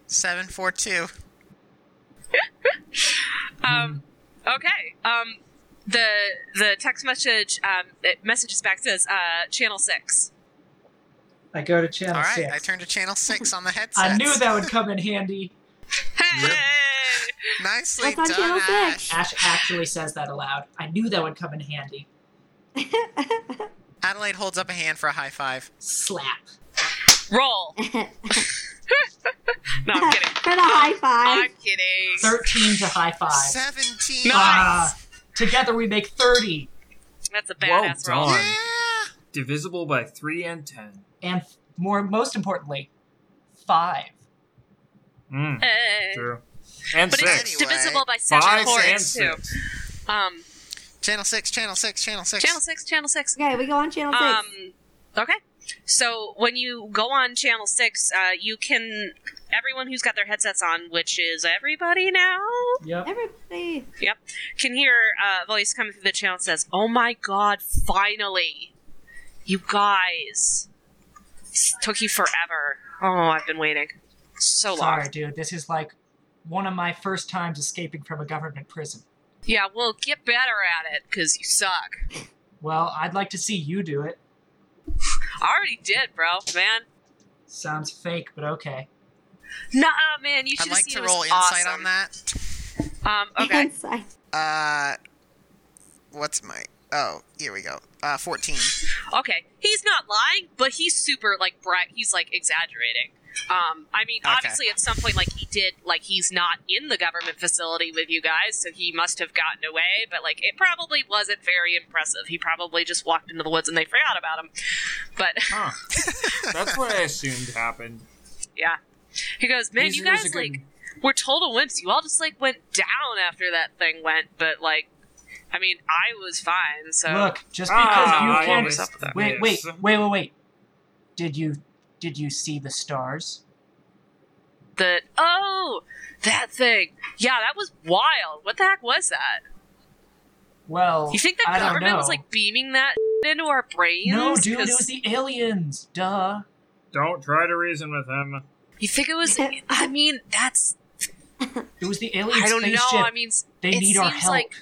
Seven four two. Um, okay. Um, the the text message um, it messages back says uh, channel six. I go to channel All right, six. I turned to channel six on the headset. I knew that would come in handy. Hey. Nicely That's on done, channel Ash. six. Ash actually says that aloud. I knew that would come in handy. Adelaide holds up a hand for a high five. Slap. Roll. *laughs* No, I'm kidding. *laughs* For the *laughs* high I'm five. kidding. 13 to high five. Seventeen. Nice. Ah, together we make 30 That's a Well badass roll. done. Yeah. Divisible by three and ten. and f- more most importantly, 5. Mm, Hey. true. And Eh, But six. it's Anyway, divisible by seven Five and chords too. six. Um, Channel six. Channel six. Channel six. channel six, channel six. Okay, we go on channel six. Um, okay. So when you go on channel six, uh, you can everyone who's got their headsets on, which is everybody now, Yep. Everybody. can hear uh, a voice coming through the channel that says, "Oh my God! Finally, you guys! This took you forever. Oh, I've been waiting so long. Sorry, dude. This is like one of my first times escaping from a government prison. Yeah, well, get better at it because you suck. Well, I'd like to see you do it. I already did, bro, man." Sounds fake, but okay. Nah, man, you I'd should like seen to it. It was roll insight awesome. on that. Um, *laughs* okay, Inside. Uh, what's my? Oh, here we go. Uh, fourteen. okay. He's not lying, but he's super like bright. He's like exaggerating. Um, I mean, Okay. obviously, at some point, like he did, like he's not in the government facility with you guys, so he must have gotten away. But like, it probably wasn't very impressive. He probably just walked into the woods and they forgot about him. But *laughs* Huh. That's what I assumed happened. yeah, he goes, *laughs* man, He's- you he was a guys good- like we're total wimps. You all just like went down after that thing went, but like, I mean, I was fine. So oh, Look, just because Ah, you I can't. missed that. Wait, wait, this. wait, wait, wait. Did you did you see the stars? the oh that thing yeah that was wild what the heck was that Well, you think the I don't government know. was like beaming that *laughs* into our brains no, dude, it 'Cause was the aliens. Duh. Don't try to reason with him. you think it *laughs* was i mean that's It was the alien i don't spaceship. know i mean s- they it need seems our help. like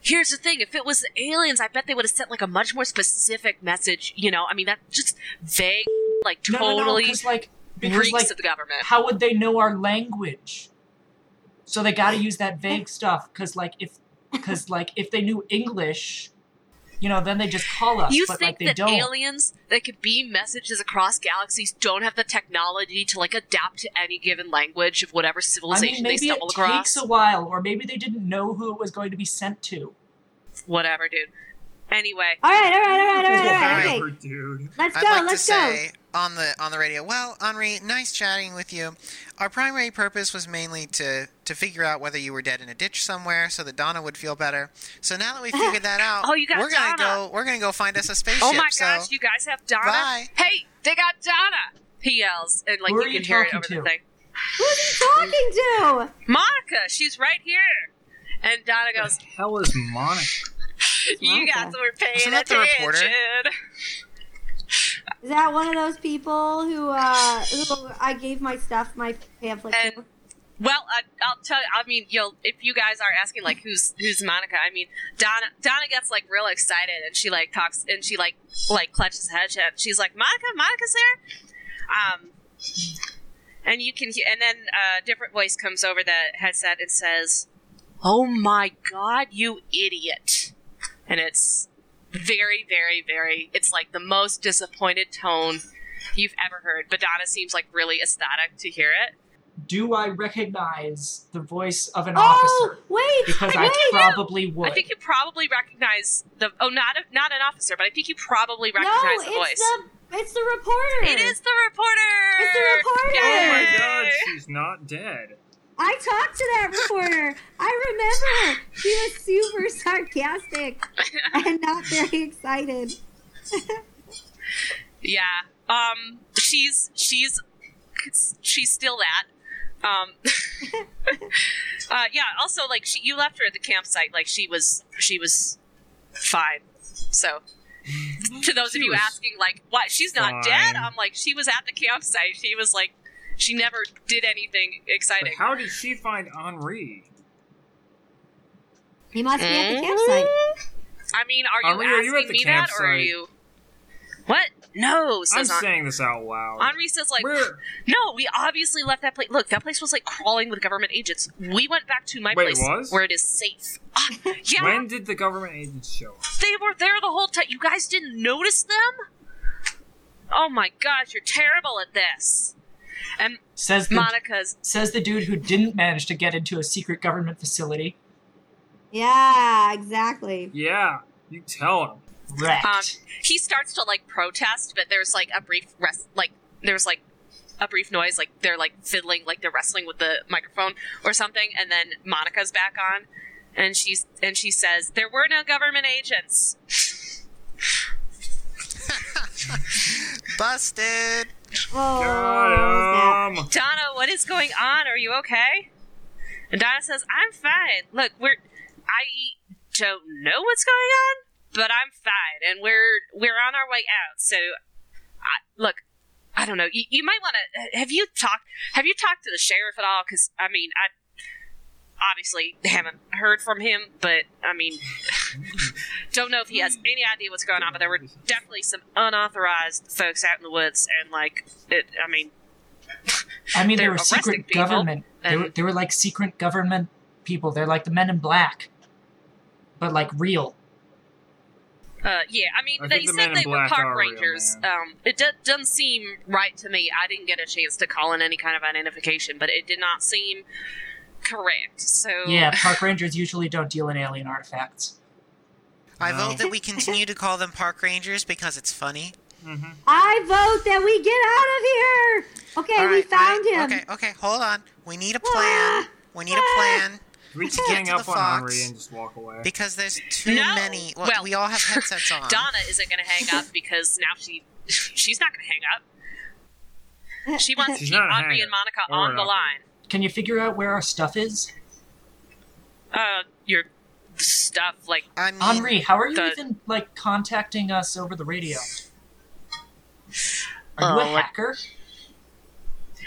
here's the thing if it was the aliens i bet they would have sent like a much more specific message you know i mean that just vague like no, no, no, totally 'cause, like because reeks like at the government how would they know our language? So they got to use that *laughs* vague stuff because, like, if because like if they knew English, you know, then they just call us. You but think like they that don't. aliens that could beam messages across galaxies don't have the technology to like adapt to any given language of whatever I civilization mean, they maybe it stumble across? takes a while, or maybe they didn't know who it was going to be sent to. Whatever, dude. Anyway, Oh, All right, all right, all right, all right, all right. Whatever, Okay, dude. let's I'd go, like let's to go. say on the on the radio. Well, Henri, nice chatting with you. Our primary purpose was mainly to to figure out whether you were dead in a ditch somewhere, so that Donna would feel better. So now that we figured that out, *laughs* Oh, you got we're gonna Donna. go. We're gonna go find us a spaceship. oh my so gosh, you guys have Donna. Bye. Hey, they got Donna. He yells, and like Who are you you can hear it talking over the to? thing. Who's he talking to? Monica, she's right here. And Donna goes, hell is Monica? "You Monica. guys were paying Isn't that the attention." reporter? Is that one of those people who uh who I gave my stuff, my pamphlet to? And- Well, I, I'll tell you. I mean, you'll if you guys are asking like who's who's Monica. I mean, Donna Donna gets like real excited and she like talks and she like like clutches her head. shut. She's like Monica, Monica's here. Um, and you can hear, and then a different voice comes over the headset and says, "Oh my God, you idiot!" And it's very, very, very. It's like the most disappointed tone you've ever heard. But Donna seems like really ecstatic to hear it. Do I recognize the voice of an Oh, officer? wait, Because I wait. probably would. I think you probably recognize the oh not a, not an officer, but I think you probably no, recognize the it's voice. the it's the reporter. it is the reporter. It's the reporter! Oh my Yay! god, she's not dead. I talked to that reporter. I remember her. She was super *laughs* sarcastic and not very excited. Yeah. Um. She's she's she's still that. Um. *laughs* uh. Yeah. Also, like she, you left her at the campsite. Like she was she was fine. So. To those She of you was asking, like, why she's not dead, fine. I'm like, she was at the campsite. She was like, she never did anything But exciting. how did she find Henri? He must be at the Mm. campsite. I mean, are you Are we- asking are you at the me that, or are campsite? you? What? no, I'm says Henri. saying this out loud. Henri says, like, Where- no, we obviously left that place. Look, that place was like crawling with government agents. We went back to my Wait, it place was? where it is *laughs* safe. Ah, *laughs* yeah, when did the government agents show up? they were there the whole time. You guys didn't notice them? Oh my gosh, you're terrible at this. And Says the, Monica's, says the dude who didn't manage to get into a secret government facility. Yeah, exactly. Yeah, you tell him. Wrecked. um, he starts to like protest, but there's like a brief rest, like there's like a brief noise, like they're like fiddling, like they're wrestling with the microphone or something, and then Monica's back on, and she's and she says there were no government agents. Busted. Oh, Got him. Donna, what is going on? Are you okay? And Donna says, I'm fine. Look, we're I don't know what's going on, but I'm fine, and we're we're on our way out. So, I, look, I don't know. You, you might want to have you talked have you talked to the sheriff at all? Because I mean, I obviously haven't heard from him, but I mean, *sighs* don't know if he has any idea what's going on. But there were definitely some unauthorized folks out in the woods, and like, it, I mean. I mean, they they're were arresting secret people, government. They, and- were, they were like secret government people. They're like the men in black, but like real. Uh, yeah, I mean, I they think the said Men in they were Black park are real, rangers. man. um, it do- doesn't seem right to me. I didn't get a chance to call in any kind of identification, but it did not seem correct. So Yeah, park rangers usually don't deal in alien artifacts. I No. vote that we continue to call them park rangers because *laughs* it's funny. Mm-hmm. I vote that we get out of here. Okay, All we right, found wait, him. Okay, okay, hold on. We need a Ah, *laughs* plan. We need ah. a plan We just Get hang to up the on fox. Henri and just walk away. because there's too No. many. Well, Well, we all have *laughs* headsets on. Donna isn't going to hang up because now she *laughs* she's not going to hang up. She wants to She's keep not a Henri hanger and Monica or on an the operator. line. Can you figure out where our stuff is? Uh, your stuff like I mean, Henri, how are you Mm. the- even like contacting us over the radio? Are Oh, you a like- hacker?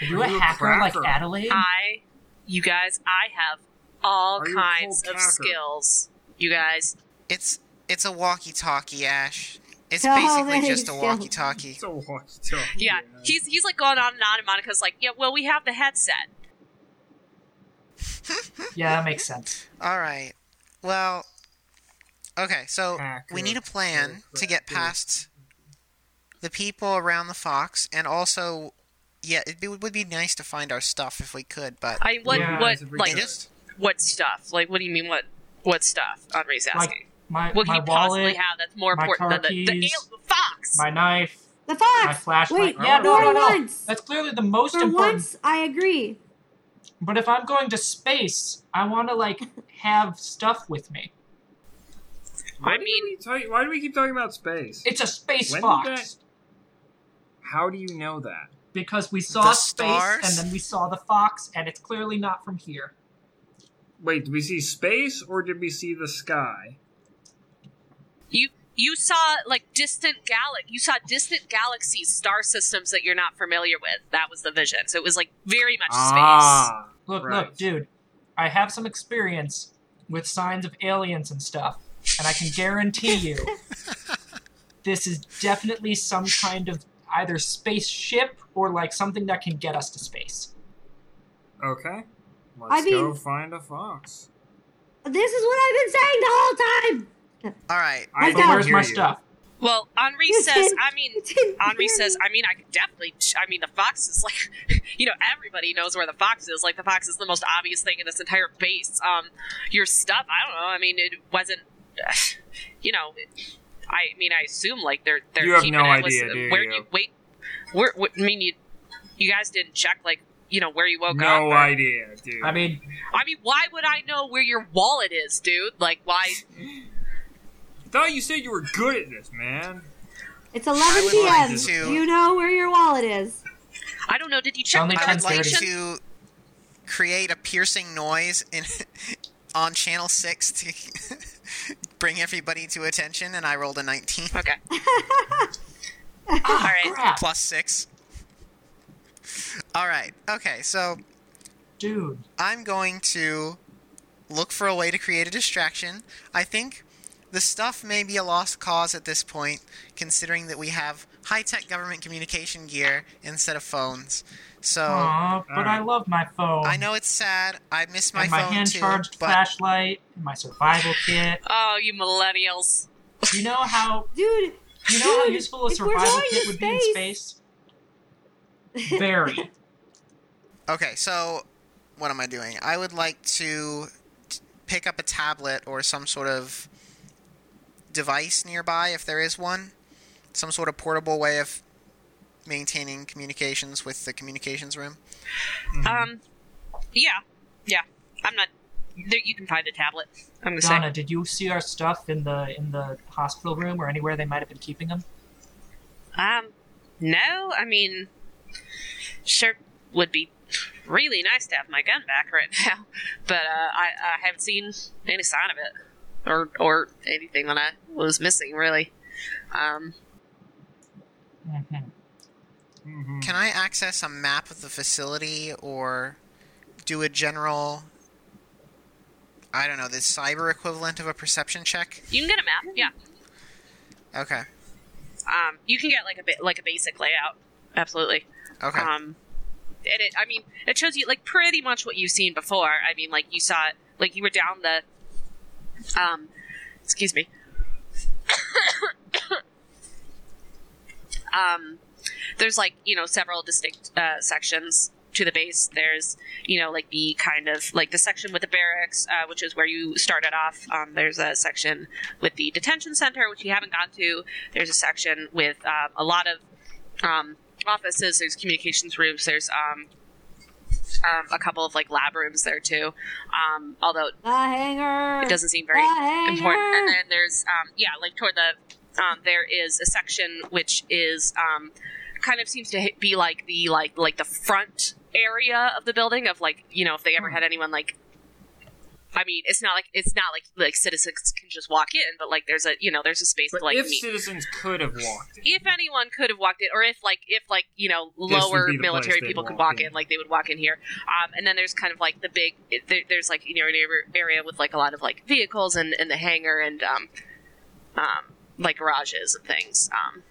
Are you a Are you a hacker like cracker? *laughs* Adelaide? I, you guys, I have all Are you a kinds cold of cacker? skills. You guys, it's it's a walkie-talkie, Ash. It's Oh, basically there just you a go. walkie-talkie. So walk to yeah, he's he's like going on and on, and Monica's like, yeah, well, we have the headset. Yeah, that makes sense. All right. Well, okay. So we Hacker, need a plan to get cracker. past the people around the fox, and also, yeah, it would be nice to find our stuff if we could. But I what Yeah, what it's a big like They just what stuff? Like what do you mean what what stuff? Henri's asking. Like my what can my you possibly wallet, have that's more my important than car the, the, keys, al- the fox? my knife, The my fox. flashlight. Wait, yeah, no, Oh, for no, no. once, That's clearly the most for important. once, I agree. But if I'm going to space, I want to like have stuff with me. Why I do mean- we talk- why do we keep talking about space? It's a space When did fox that- How do you know that? because we saw The space stars? and then we saw the fox, and it's clearly not from here. Wait, did we see space or did we see the sky? you you saw like distant gal- you saw distant galaxies, star systems that you're not familiar with. That was the vision. So it was like very much space. Ah, Look, Right. look, dude, I have some experience with signs of aliens and stuff, and I can guarantee *laughs* you this is definitely some kind of either spaceship or like something that can get us to space. okay. Let's go mean- find a fox. This is what I've been saying the whole time. *laughs* all right. I But don't But where's hear my you. stuff? Well, Henri You says. *laughs* didn't- I mean, you didn't Henri hear says. me. I mean, I could definitely. I mean, the fox is like, *laughs* you know, everybody knows where the fox is. Like, the fox is the most obvious thing in this entire base. Um, your stuff. I don't know. I mean, it wasn't. *sighs* You know, I mean, I assume like they're they're You have keeping no it idea, with- do where you? wait. Where, wh- I mean, you you guys didn't check like you know where you woke up. No or- idea, dude. I mean, I mean, why would I know where your wallet is, dude? Like, why? I thought you said you were good at this, man. It's I 11 would like p.m. to- Do you know where your wallet is? I don't know. Did you check Only the I would like translation? to create a piercing noise in *laughs* on channel six to *laughs* bring everybody to attention, and I rolled a nineteen Okay. All right. Ah, crap, plus six. All right. Okay. So dude. I'm going to look for a way to create a distraction. I think the stuff may be a lost cause at this point, considering that we have high tech government communication gear instead of phones. So Aw, but I Alright. love my phone. Oh, I know it's sad. I miss my, and my phone hand too. charged but flashlight and *laughs* my survival kit. Oh, you millennials. You know how Dude, you know how Dude, useful a if we're survival going kit to would be in space? Very. okay, so what am I doing? I would like to t- pick up a tablet or some sort of device nearby if there is one, some sort of portable way of maintaining communications with the communications room. Um, yeah, yeah. I'm not. There, you can find a tablet. I'm gonna Donna, did you see our stuff in the in the hospital room or anywhere they might have been keeping them? say. Um, no. I mean, sure would be really nice to have my gun back right *laughs* now, but uh, I I haven't seen any sign of it or or anything that I was missing really. Um, Mm-hmm. Mhm. Can I access a map of the facility or do a general I don't know, the cyber equivalent of a perception check? you can get a map. Yeah. Okay. Um, you can get like a bit like a basic layout. Absolutely. Okay. Uh, Um, and it, I mean, it shows you like pretty much what you've seen before. I mean, like you saw it, like you were down the, um, excuse me, *coughs* um, there's like you know several distinct uh, sections to the base. There's you know like the kind of like the section with the barracks, uh, which is where you started off. Um, there's a section with the detention center, which you haven't gone to. There's a section with um, a lot of um, offices. There's communications rooms. There's um, um, a couple of like lab rooms there too. Um, although the hanger. it doesn't seem very the hanger. important. And then there's, um, yeah, like toward the, um, there is a section which is um, kind of seems to hi- be like the like like the front area of the building of like you know if they ever had anyone like. I mean, it's not like it's not like like citizens can just walk in, but like there's a you know there's a space But to like if meet. citizens could have walked in, If anyone could have walked in, or if like if like you know would lower be the military place they'd people could walk walk in. in. like they would walk in here. Um, and then there's kind of like the big it- there, there's like you know an area- area with like a lot of like vehicles and, and the hangar and um, um, like garages and things. Um,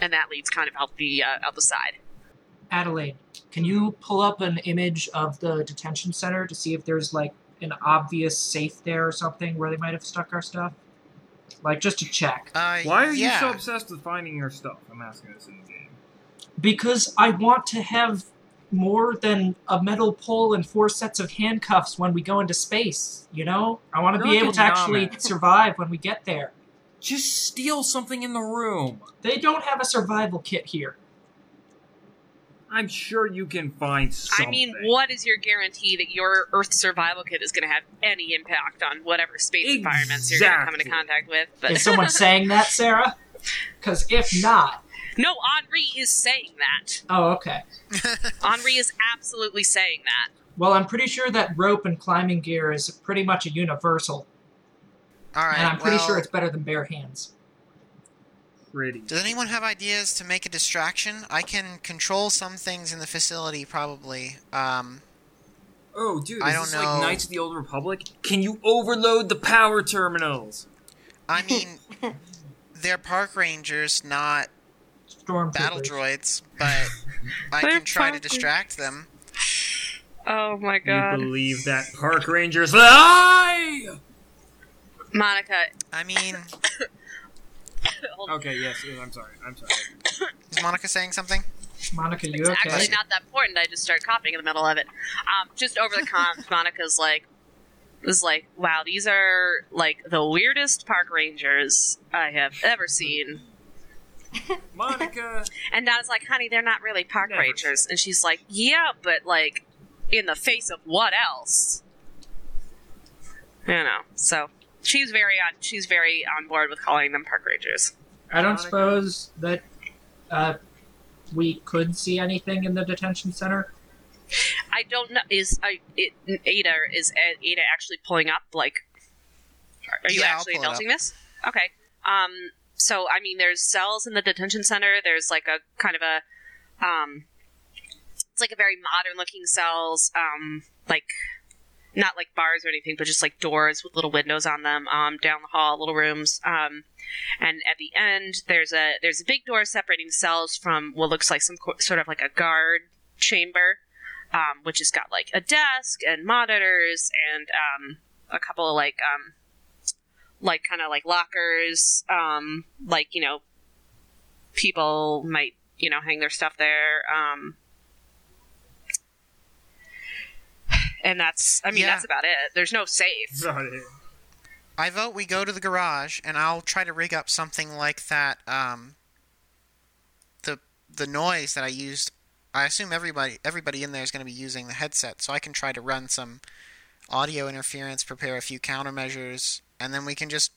and that leads kind of out the uh, out the side. Adelaide, can you pull up an image of the detention center to see if there's like an obvious safe there or something where they might have stuck our stuff? Like just to check. uh, why are yeah. you so obsessed with finding your stuff? I'm asking this in the game. Because I want to have more than a metal pole and four sets of handcuffs when we go into space, you know? I want to You're be like able a to *laughs* actually nomad. survive when we get there. Just steal something in the room. They don't have a survival kit here. I'm sure you can find something. I mean, what is your guarantee that your Earth survival kit is going to have any impact on whatever space environments you're going to come into Exactly. contact with? But *laughs* Is someone saying that, Sarah? Because if not, *laughs* no, Henri is saying that. oh, okay. Henri is absolutely saying that. Well, I'm pretty sure that rope and climbing gear is pretty much a universal, All right. and I'm pretty well, sure it's better than bare hands. Pretty. Does anyone have ideas to make a distraction? I can control some things in the facility, probably. Um, Oh, dude, is I don't this know. like Knights of the Old Republic? Can you overload the power terminals? Oh *laughs* I mean, they're park rangers, not Stormtroopers. battle droids, but I They're can try to park- distract them. Oh my You believe that park rangers lie? Monica, I mean, Okay, yes, yes, I'm sorry. *laughs* I'm sorry. is Monica saying something? Monica, you it's okay? actually not that important. I just started coughing in the middle of it. Um, just over the *laughs* comms, Monica's like, was like, wow, these are like the weirdest park rangers I have ever seen. Monica, And Donna's like, honey, they're not really park Never. rangers. And she's like, yeah, but like, in the face of what else? You know. So she's very on. She's very on board with calling them park rangers. I don't suppose that uh, we could see anything in the detention center. I don't know. Is I, it, Ada is Ada actually pulling up? Like, are you Yeah, I'll actually pull it up. indulging this? Okay. Um. So I mean, there's cells in the detention center. There's like a kind of a, um, it's like a very modern looking cells. Um, like not like bars or anything, but just like doors with little windows on them. Um, down the hall, little rooms. Um, and at the end there's a there's a big door separating cells from what looks like some co- sort of like a guard chamber, um, which has got like a desk and monitors and um, a couple of like um, like kind of like lockers, um, like you know people might you know hang their stuff there. Um, and that's I mean Yeah. that's about it. There's no safe. Got it. I vote we go to the garage, and I'll try to rig up something like that. Um, the the noise that I used, I assume everybody everybody in there is going to be using the headset, so I can try to run some audio interference, prepare a few countermeasures, and then we can just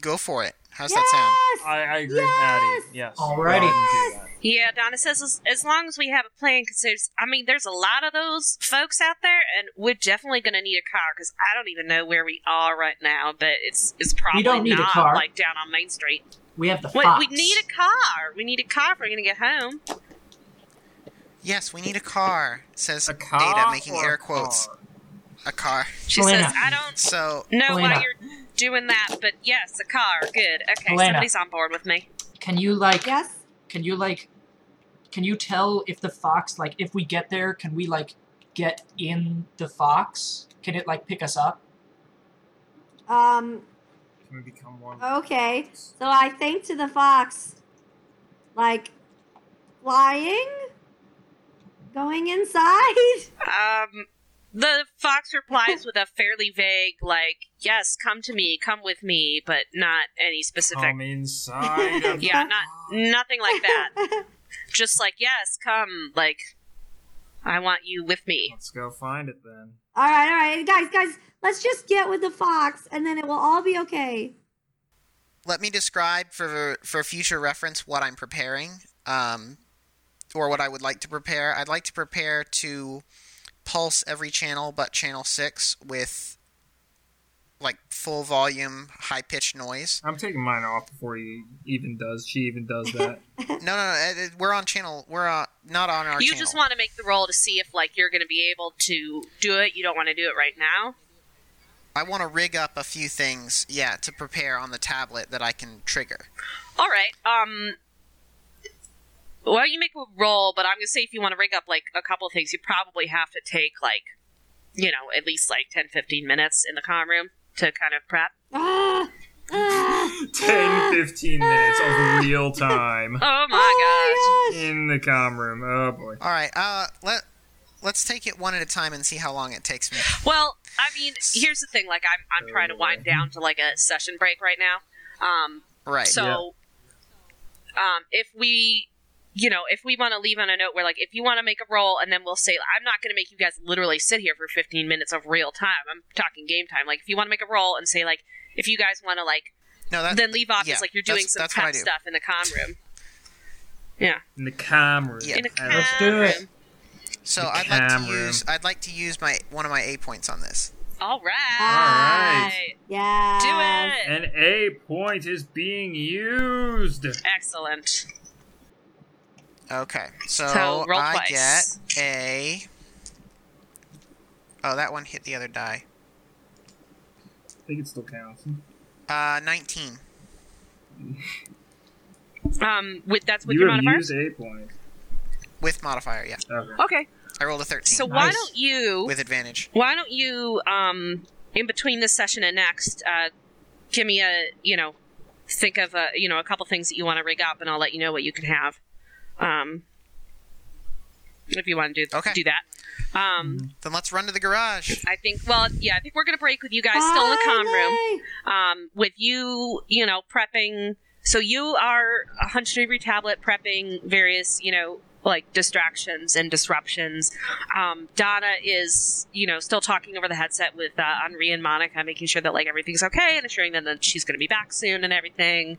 go for it. How's that sound? Yes. I, I agree Yes! with Maddie. Yes. Alrighty. Go ahead and do that. Yeah, Donna says as, as long as we have a plan, because there's, I mean, there's a lot of those folks out there, and we're definitely going to need a car because I don't even know where we are right now, but it's it's probably don't need a not car. like down on Main Street. We have the Wait, fox. we need a car. We need a car if we're going to get home. Yes, we need a car. Says A car Ada, making or air a quotes. car? A car. She Helena. says, I don't So know Helena. why you're doing that, but yes, a car. Good. Okay, Helena. somebody's on board with me. Can you like? Yes. Can you like? Can you tell if the fox like if we get there? Can we like get in the fox? Can it like pick us up? Um. Can we become one? Okay. So I think to the fox, like flying, going inside. *laughs* Um, the fox replies with a fairly vague, like, yes, come to me, come with me, but not any specific Come *laughs* inside. of- Yeah, not nothing like that. Just like, yes, come, like I want you with me. *laughs* Let's go find it then. all right, all right, guys, guys. Let's just get with the fox, and then it will all be okay. let me describe for for future reference what I'm preparing, um, or what I would like to prepare. I'd like to prepare to pulse every channel but channel six with like full volume, high pitched noise. I'm taking mine off before he even does. She even does *laughs* that. *laughs* No, no, no it- it- we're on channel. We're on, not on our. Hmm. you channel. just want to make the roll to see if like you're going to be able to do it. You don't want to do it right now. I want to rig up a few things, yeah, to prepare on the tablet that I can trigger. All right. Um well, you make a roll, but I'm going to say if you want to rig up like a couple of things, you probably have to take like you know, at least like 10 15 minutes in the com room to kind of prep. Ah, ah, 10, 15 minutes *laughs* of real Oh time my gosh. oh my gosh. in the com room. Oh boy. All right, uh, let let's take it one at a time and see how long it takes me. Well, I mean, here's the thing. Like, I'm I'm trying to wind down to like a session break right now. Um, Right. so, um, if we, you know, if we want to leave on a note where like if you want to make a roll and then we'll say I'm not going to make you guys literally sit here for 15 minutes of real time. I'm talking game time. Like, if you want to make a roll and say like if you guys want to like no, that, then leave off Uh, yeah, as like you're doing that's- some that's what I prep do. stuff in the com room. Yeah, In the com room. Yeah. in the com Let's do it. room. So The I'd like to camera. use I'd like to use my one of my A points on this. All right. right. Yeah. Do it. An A point is being used. Excellent. Okay. So, So, roll I twice. get a Oh, that one hit the other die. I think it still counts. Uh 19. Um, with that's with you your have modifier. used A point. With modifier, yeah. Okay. Okay. I rolled a 13 So why Nice. don't you with advantage. why don't you um in between this session and next uh give me a you know think of a you know a couple things that you want to rig up and I'll let you know what you can have um if you want to do Okay. do that um Then let's run to the garage. I think well yeah I think we're gonna break with you guys still in the com room Finally. um, with you, you know, prepping. So you are a hunched over your tablet, prepping various, you know, like distractions and disruptions. Um, Donna is, you know, still talking over the headset with uh, Henri and Monica, making sure that like everything's okay and assuring them that she's going to be back soon and everything.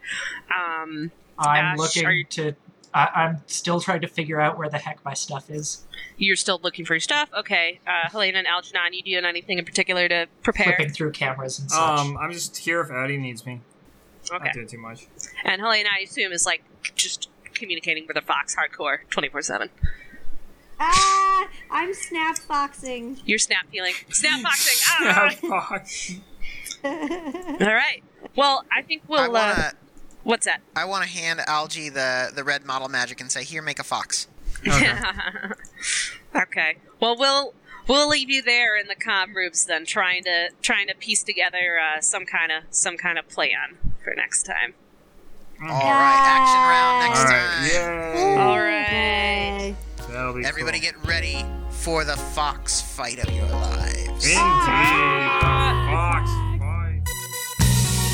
Um, I'm Ash, looking are you- to. I, I'm still trying to figure out where the heck my stuff is. you're still looking for your stuff, okay? Uh, Helena and Algernon, you doing anything in particular to prepare? Flipping through cameras and such. Um, I'm just here if Addie needs me. Okay, Not doing too much. and Helena, I assume, is like just communicating with the Fox hardcore twenty four seven. Ah, I'm snap foxing. *laughs* You're snap feeling, snap boxing. *laughs* Ah! *laughs* Fuck. All right. Well, I think we'll. I want uh, to What's that? I want to hand Algie the the red model magic and say, "Here, make a fox." Okay. *laughs* okay. Well, we'll we'll leave you there in the com rooms then, trying to trying to piece together uh, some kind of some kind of plan for next time. All right, action round Yes. Mm-hmm. All next right. time. All Yay. Okay. right. That'll be Everybody, cool. get ready for the fox fight of your lives. Indeed. Ah. Fox. Bye.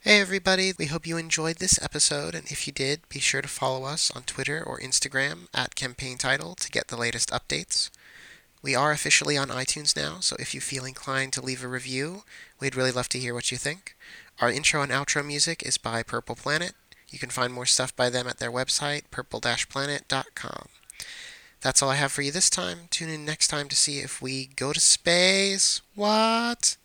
Hey everybody, we hope you enjoyed this episode, and if you did, be sure to follow us on Twitter or Instagram at Campaign Title to get the latest updates. We are officially on iTunes now, so if you feel inclined to leave a review, we'd really love to hear what you think. Our intro and outro music is by Purple Planet. You can find more stuff by them at their website, purple-planet.com. That's all I have for you this time. Tune in next time to see if we go to space. What?